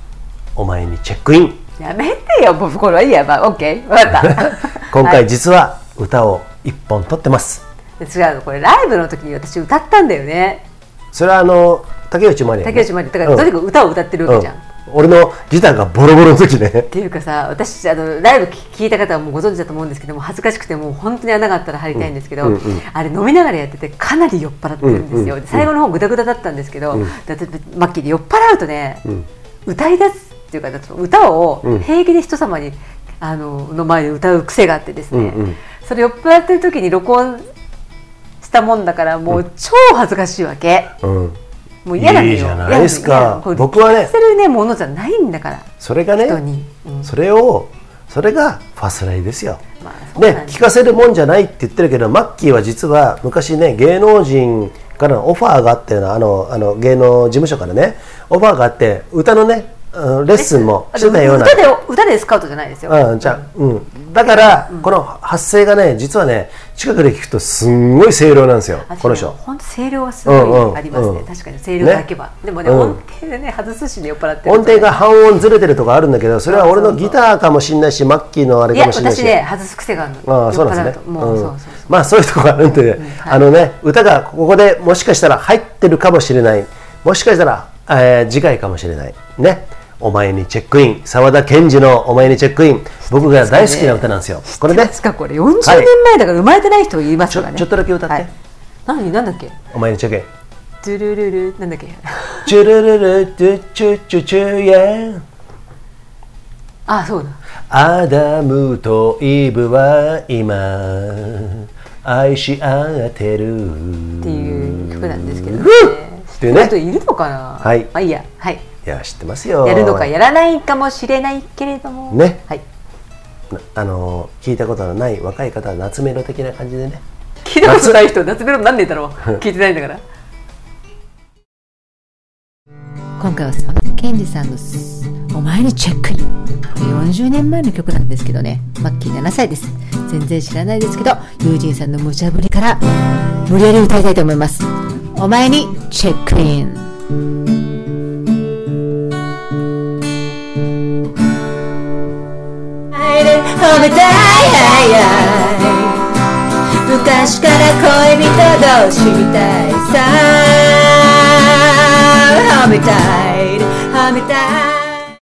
Speaker 2: お前にチェックイ ン
Speaker 3: やめてよもうこれはいいやまあ OK 分か った
Speaker 2: 今
Speaker 3: は
Speaker 2: 回
Speaker 3: い
Speaker 2: 実は歌を一本撮ってます、
Speaker 3: 違うのこれライブの時に私歌ったんだよね
Speaker 2: それはあの竹内まりやね
Speaker 3: 竹内まりだから
Speaker 2: うん
Speaker 3: とにかく歌を歌ってるわけじゃん、
Speaker 2: う
Speaker 3: っ
Speaker 2: ん俺のギターがボロボロの時ね
Speaker 3: ていうかさ私あのライブ聞いた方はもうご存知だと思うんですけども恥ずかしくてもう本当に穴があったら入りたいんですけど、
Speaker 2: うんうんうん
Speaker 3: あれ飲みながらやっててかなり酔っ払ってるんですよ、
Speaker 2: うんうんうん
Speaker 3: で最後の方グダグダだったんですけど、だってマッキーで酔っ払うとね、歌い出すっていうかだって歌を平気で人様に、あのの前で歌う癖があってですね、
Speaker 2: うんうん
Speaker 3: それ酔っ払ってる時に録音したもんだからもう超恥ずかしいわけ。
Speaker 2: うん
Speaker 3: もう嫌なのよ
Speaker 2: いいじゃないですか
Speaker 3: 嫌なの嫌なのこれ
Speaker 2: 僕はね
Speaker 3: 利用せるねものじゃないんだから
Speaker 2: それがね
Speaker 3: 人に、うん
Speaker 2: それをそれがファスライですよ、
Speaker 3: まあそう
Speaker 2: で
Speaker 3: なんです
Speaker 2: 聞かせるもんじゃないって言ってるけどマッキーは実は昔ね芸能人からのオファーがあったようなあのあの芸能事務所からねオファーがあって歌のねあのレッスンもしてたような
Speaker 3: 歌で歌でスカウトじゃないですよ、
Speaker 2: うん、じゃあうん、だから、この発声がね実はね近くで聞くとすんごい清涼なんですよ
Speaker 3: あ
Speaker 2: この人
Speaker 3: 本当声量はすごいありますね、
Speaker 2: うんうんうん
Speaker 3: 確かに声量だけは、
Speaker 2: ね
Speaker 3: でもね、
Speaker 2: うん
Speaker 3: 音程でね外すしね酔っ払ってると
Speaker 2: 音程が半音ずれてるとかあるんだけどそれは俺のギターかもしれないしマッキーのあれ
Speaker 3: い
Speaker 2: か
Speaker 3: や
Speaker 2: もしれないし
Speaker 3: 私ね外す癖があるの
Speaker 2: ああそうなん
Speaker 3: 酔
Speaker 2: で
Speaker 3: っ払
Speaker 2: すね
Speaker 3: うと。もう、
Speaker 2: ん
Speaker 3: そうそうそう
Speaker 2: まあそういうところがあるんで、あのね歌がここでもしかしたら入ってるかもしれない。もしかしたら、えー次回かもしれない。ね。お前にチェックイン。沢田研二のお前にチェックイン。僕が大好きな歌なんですよ。これね。
Speaker 3: 確かこれ40年前だから生まれてない人いますからね
Speaker 2: ちょちょっとだけ歌って
Speaker 3: はい何なんだっけ
Speaker 2: お前にチェックイン。
Speaker 3: ドゥルルルなんだっけ
Speaker 2: チュルルルチュチュチュチュイエン。
Speaker 3: あそうだ
Speaker 2: アダムとイブは今愛し合ってる。
Speaker 3: っていう曲なんですけどね
Speaker 2: ていう
Speaker 3: 知
Speaker 2: ね
Speaker 3: ってる人いるのかな
Speaker 2: はい
Speaker 3: まあいいやはい
Speaker 2: いや知ってますよ。
Speaker 3: やるのかやらないかもしれないけれども
Speaker 2: ね
Speaker 3: はい
Speaker 2: あの聞いたことのない若い方は夏メロ的な感じでね
Speaker 3: 聞いたことない人夏メロなんでだろう聞いてないんだから
Speaker 7: 今回は沢田研二さんのす「お前にチェックイン」これ40年前の曲なんですけどねマッキー7歳です全然知らないですけど友人さんの無茶ぶりから無理やり歌いたいと思います「お前にチェックイン」褒めたい昔から恋人同士みたいさ褒めたい褒めたい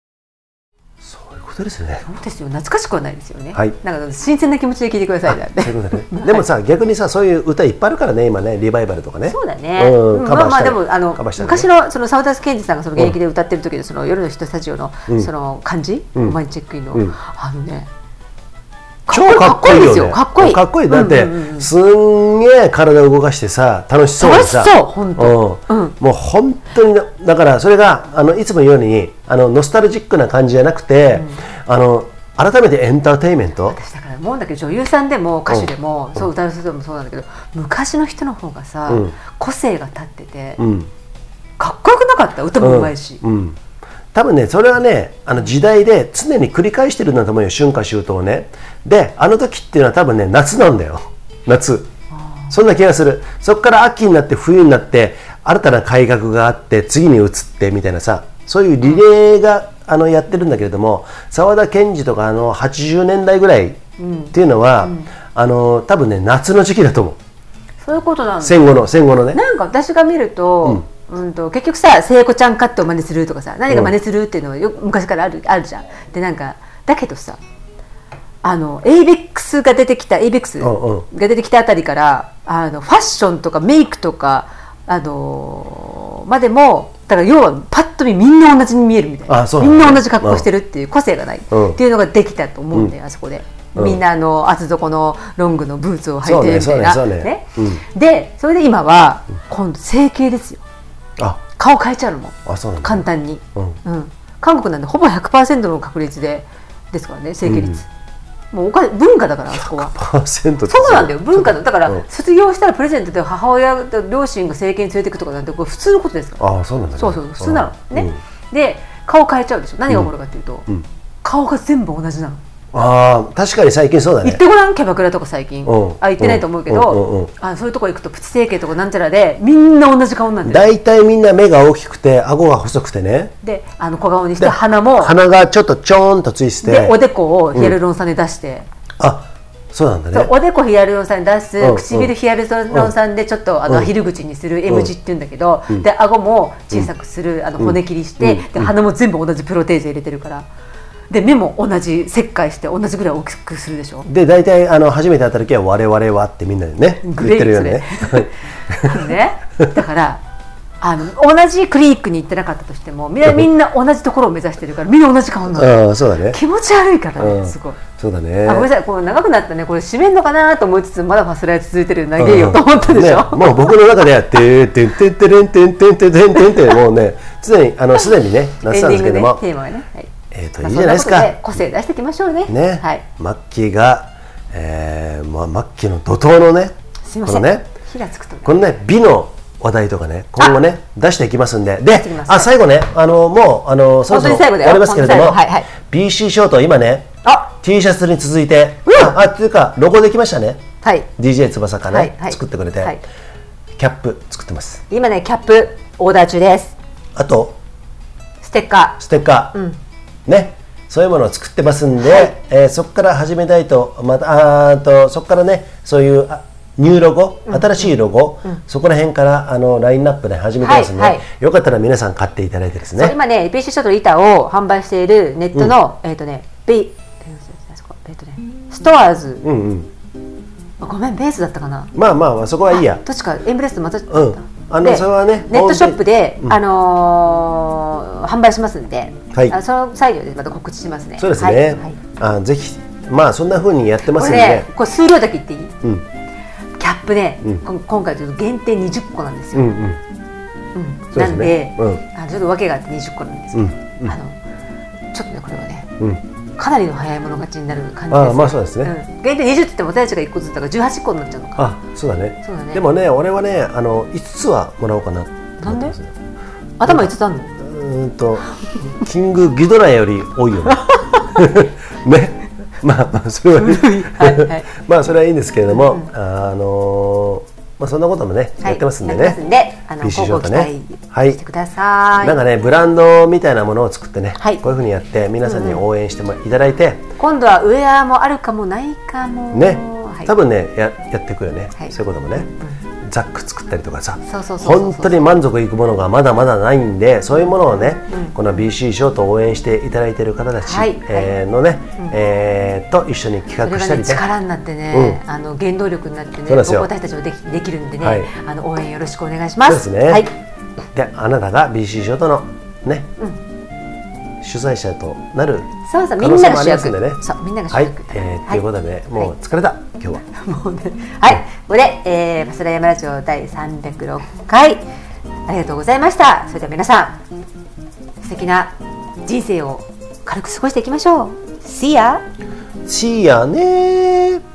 Speaker 2: そういうことですね
Speaker 3: 本当ですよ懐かしくはないですよね
Speaker 2: はい
Speaker 3: なんか新鮮な気持ちで聞いてくださいだって
Speaker 2: そういうことねでもさ逆にさそういう歌いっぱいあるからね今ねリバイバルとかね
Speaker 3: そうだね、
Speaker 2: う
Speaker 3: うん
Speaker 2: ん、カ
Speaker 3: ま
Speaker 2: バ
Speaker 3: あ
Speaker 2: ー
Speaker 3: ま
Speaker 2: し
Speaker 3: あ
Speaker 2: た
Speaker 3: で
Speaker 2: り
Speaker 3: もあの
Speaker 2: カバーしたりね
Speaker 3: 昔のその沢田研二さんがその現役で歌ってる時のその夜の人スタジオの、その漢字、
Speaker 2: ん
Speaker 3: マイチェックインの、
Speaker 2: うん
Speaker 3: あのね
Speaker 2: 超かっこいいよね
Speaker 3: かっこいいですよ
Speaker 2: かっこいいだって
Speaker 3: うんうんうん
Speaker 2: すんげえ体動かしてさ楽しそうにさ
Speaker 3: 楽しそう本当
Speaker 2: うん
Speaker 3: うん
Speaker 2: もう本当になだからそれがあのいつも言うようにあのノスタルジックな感じじゃなくてあの改めてエンターテインメント
Speaker 3: 私だから思うんだけど女優さんでも歌手でも、そう歌う人でもそうなんだけど昔の人の方がさ、
Speaker 2: うん
Speaker 3: 個性が立ってて、
Speaker 2: うん
Speaker 3: かっこよくなかった歌もうまいし、
Speaker 2: うんうん多分ねそれはねあの時代で常に繰り返してるんだと思うよ春夏秋冬ねであの時っていうのは多分ね夏なんだよ夏そんな気がするそこから秋になって冬になって新たな改革があって次に移ってみたいなさそういうリレーが、あのやってるんだけれども沢田研二とかあの80年代ぐらいっていうのは、あの多分ね夏の時期だと思う
Speaker 3: そういうことなんだ
Speaker 2: 戦後の戦後のね
Speaker 3: なんか私が見ると、うんと結局さ聖子ちゃんカットを真似するとかさ何が真似するっていうのはよく昔からあるあるじゃん。でなんかだけどさあのエイベックスが出てきたエイベックス
Speaker 2: うん
Speaker 3: が出てきたあたりからあのファッションとかメイクとかあのーまでもだから要はパッと見みんな同じに見えるみたいな
Speaker 2: あそうな
Speaker 3: み
Speaker 2: んだ
Speaker 3: んな同じ格好してるっていう個性がないっ
Speaker 2: うん
Speaker 3: ていうのができたと思うんだよ、あそこで。みんなあの厚底のロングのブーツを履いてみたいな
Speaker 2: そうねそうねそうね
Speaker 3: でそれで今は今度整形ですよ
Speaker 2: あ
Speaker 3: 顔変えちゃうのも
Speaker 2: あそうなんだ
Speaker 3: 簡単に、
Speaker 2: うん
Speaker 3: うん韓国なんでほぼ100%の確率でですからね整形率、もうお金文化だからあそこは
Speaker 2: パーセントって
Speaker 3: そうなんだよ文化だだから、
Speaker 2: うん
Speaker 3: 卒業したらプレゼントで母親と両親が整形に連れてくとかなんてこれ普通のことですから
Speaker 2: ああそうなんだね、
Speaker 3: そうそう普通なのね、
Speaker 2: うん
Speaker 3: で顔変えちゃうでしょ何が起こるかっていうと、顔が全部同じなの
Speaker 2: ああ確かに最近そうだ
Speaker 3: 行っ
Speaker 2: ね
Speaker 3: てごらんキャバクラとか最近
Speaker 2: うん
Speaker 3: あ行ってないと思うけど、
Speaker 2: うんうんうん
Speaker 3: あそういうとこ行くとプチ整形とかなんちゃらでみんな同じ顔になってる
Speaker 2: 大体みんな目が大きくて顎が細くてね
Speaker 3: であの小顔にして
Speaker 2: で
Speaker 3: 鼻も
Speaker 2: 鼻がちょっとちょーんとついて
Speaker 3: で
Speaker 2: て
Speaker 3: おでこをヒアルロン酸で出して、
Speaker 2: あそうなんだ
Speaker 3: そう
Speaker 2: ね
Speaker 3: おでこヒアルロン酸で出す、
Speaker 2: うん
Speaker 3: 唇ヒアルロン酸でちょっとあの、ひる口にする M 字って言うんだけど、で顎も小さくする、あの骨切りして、で鼻も全部同じプロテーゼ入れてるからで目も同じ切開して同じぐらい大きくするでしょ
Speaker 2: で大体あの初めて会った時は「我々は」ってみんなでね言っ
Speaker 3: グレー
Speaker 2: てるよね
Speaker 3: そ れあのねだからあの同じクリニックに行ってなかったとしてもみんなみんな同じところを目指してるからみんな同じ顔になる
Speaker 2: うんそうだね
Speaker 3: 気持ち悪いから
Speaker 2: う
Speaker 3: ね
Speaker 2: ん
Speaker 3: すごい。
Speaker 2: そうだね
Speaker 3: あごめんなさい、この長くなったね、これ締めんのかなと思いつつ、まだファスライ続いてる、長えよと思ったでしょ。
Speaker 2: ねもう僕の中では「てーてんてんてれんてんてんてんてんてん」ってもうね常にあ のすでにねなって
Speaker 3: エン
Speaker 2: たんで
Speaker 3: ディン
Speaker 2: す
Speaker 3: グ
Speaker 2: け
Speaker 3: ね
Speaker 2: ど、も
Speaker 3: テーマはね。はい。
Speaker 2: えーといいじゃないですか
Speaker 3: まあそんなこと個性出していきましょうね。
Speaker 2: ね、
Speaker 3: はい。
Speaker 2: マッキーが、えーまあ、末期の怒涛のね
Speaker 3: すみま
Speaker 2: こ
Speaker 3: せ
Speaker 2: の
Speaker 3: ん。
Speaker 2: ね
Speaker 3: 火がつくとね。
Speaker 2: このね美の話題とかね今後ね出していきますんでで
Speaker 3: していきます
Speaker 2: あ最後ねあのもうあのそろそろ
Speaker 3: 本当に最後だ
Speaker 2: 終
Speaker 3: よ
Speaker 2: わりますけれども、
Speaker 3: 本当に最後はいは
Speaker 2: BC ショート今ね
Speaker 3: あ
Speaker 2: T シャツに続いて、ああっていうかロゴできましたね
Speaker 3: はい。
Speaker 2: DJ 翼かね、
Speaker 3: はいはい
Speaker 2: 作ってくれて、
Speaker 3: はい
Speaker 2: キャップ作ってます
Speaker 3: 今ね、キャップオーダー中です。
Speaker 2: あと
Speaker 3: ステッカ
Speaker 2: ステッカー、ねそういうものを作ってますんで、えーそこから始めたいとまたあーとそこからねそういうあニューロゴ新しいロゴ、そこら辺からあのラインナップで始めてますんで、
Speaker 3: はいはい
Speaker 2: よかったら皆さん買っていただいてです
Speaker 3: ー。
Speaker 2: ね
Speaker 3: そう今ね、BC ショートの板を販売しているネットの、えっとね、B、あそこえっとね、ストアーズ。
Speaker 2: うんうん
Speaker 3: あごめん、ベースだったかな。
Speaker 2: まあまあまあそこはいいや
Speaker 3: どっちかエンブレスとまた違った、
Speaker 2: うんあの
Speaker 3: で
Speaker 2: それはね
Speaker 3: ネットショップで、あのー販売しますんで、
Speaker 2: はい
Speaker 3: あその作業でまた告知しますね
Speaker 2: そうですね、
Speaker 3: はいはい
Speaker 2: あぜひまあそんな風にやってま
Speaker 3: こ
Speaker 2: す
Speaker 3: れ
Speaker 2: んで、
Speaker 3: ねこれ数量だけ言っていい、
Speaker 2: ん
Speaker 3: キャップね、こん今回ちょっと限定20個なんです
Speaker 2: う
Speaker 3: よ、
Speaker 2: んうん
Speaker 3: うん
Speaker 2: そうで
Speaker 3: な
Speaker 2: す
Speaker 3: ん
Speaker 2: ね
Speaker 3: で、
Speaker 2: う
Speaker 3: あちょっと訳があって20個なんですけど、あのちょっとねこれはね、かなりの早い者勝ちになる感じです
Speaker 2: あまあそうですね
Speaker 3: うん限定20って言っても私たちが1個ずつだから18個になっちゃうのか
Speaker 2: あそうだね
Speaker 3: そうだね
Speaker 2: でもね俺はねあの5つはもらおうかなと思ってますね
Speaker 3: 頭いつあんの
Speaker 2: うーんとキングギドラより多い よね。ね。まあまあそれは、ね
Speaker 3: はいはい
Speaker 2: まあそれはいいんですけれども、あのーまあそんなこともね、
Speaker 3: はい
Speaker 2: やってますんで
Speaker 3: やってます
Speaker 2: ね。
Speaker 3: んで、あの、
Speaker 2: BC
Speaker 3: 広
Speaker 2: ショー
Speaker 3: 告
Speaker 2: ト
Speaker 3: 期
Speaker 2: ね
Speaker 3: 待
Speaker 2: はい
Speaker 3: してください。
Speaker 2: なんかねブランドみたいなものを作ってね、
Speaker 3: はい
Speaker 2: こういうふうにやって皆さんに応援してもいただいて、
Speaker 3: 今度はウェアもあるかもないかも。
Speaker 2: ね、
Speaker 3: はい、
Speaker 2: 多分ねややっていくよね、
Speaker 3: はい
Speaker 2: そういうこともね、ザック作ったりとかさ
Speaker 3: そうそうそうそうそう
Speaker 2: 本当に満足いくものがまだまだないんでそういうものをね、この BC ショートを応援していただいている方たち、
Speaker 3: はい
Speaker 2: えーのね、えーと一緒に企
Speaker 3: そ
Speaker 2: 画
Speaker 3: れ
Speaker 2: し
Speaker 3: が
Speaker 2: たり
Speaker 3: ね、
Speaker 2: ね
Speaker 3: 力になってね、
Speaker 2: う
Speaker 3: あの原動力になってね、
Speaker 2: そうですよ
Speaker 3: 私たちもできできるんでね、
Speaker 2: はい
Speaker 3: あの応援よろしくお願いします。
Speaker 2: そうですね、
Speaker 3: はい、
Speaker 2: であなたが BC ショートのね、主催者となる
Speaker 3: そうそ
Speaker 2: 可
Speaker 3: うみん
Speaker 2: 能性
Speaker 3: な
Speaker 2: も
Speaker 3: が
Speaker 2: あ
Speaker 3: 主
Speaker 2: ります
Speaker 3: 役
Speaker 2: んでね。
Speaker 3: そうみんなが主
Speaker 2: はい、
Speaker 3: 役。
Speaker 2: えーということで、ねもう疲れた今日は
Speaker 3: もうね、はい、これで、えー、バスラヤマラジオ第306回ありがとうございました。それでは皆さん、素敵な人生を軽く過ごしていきましょう。 See ya!
Speaker 2: チーやねー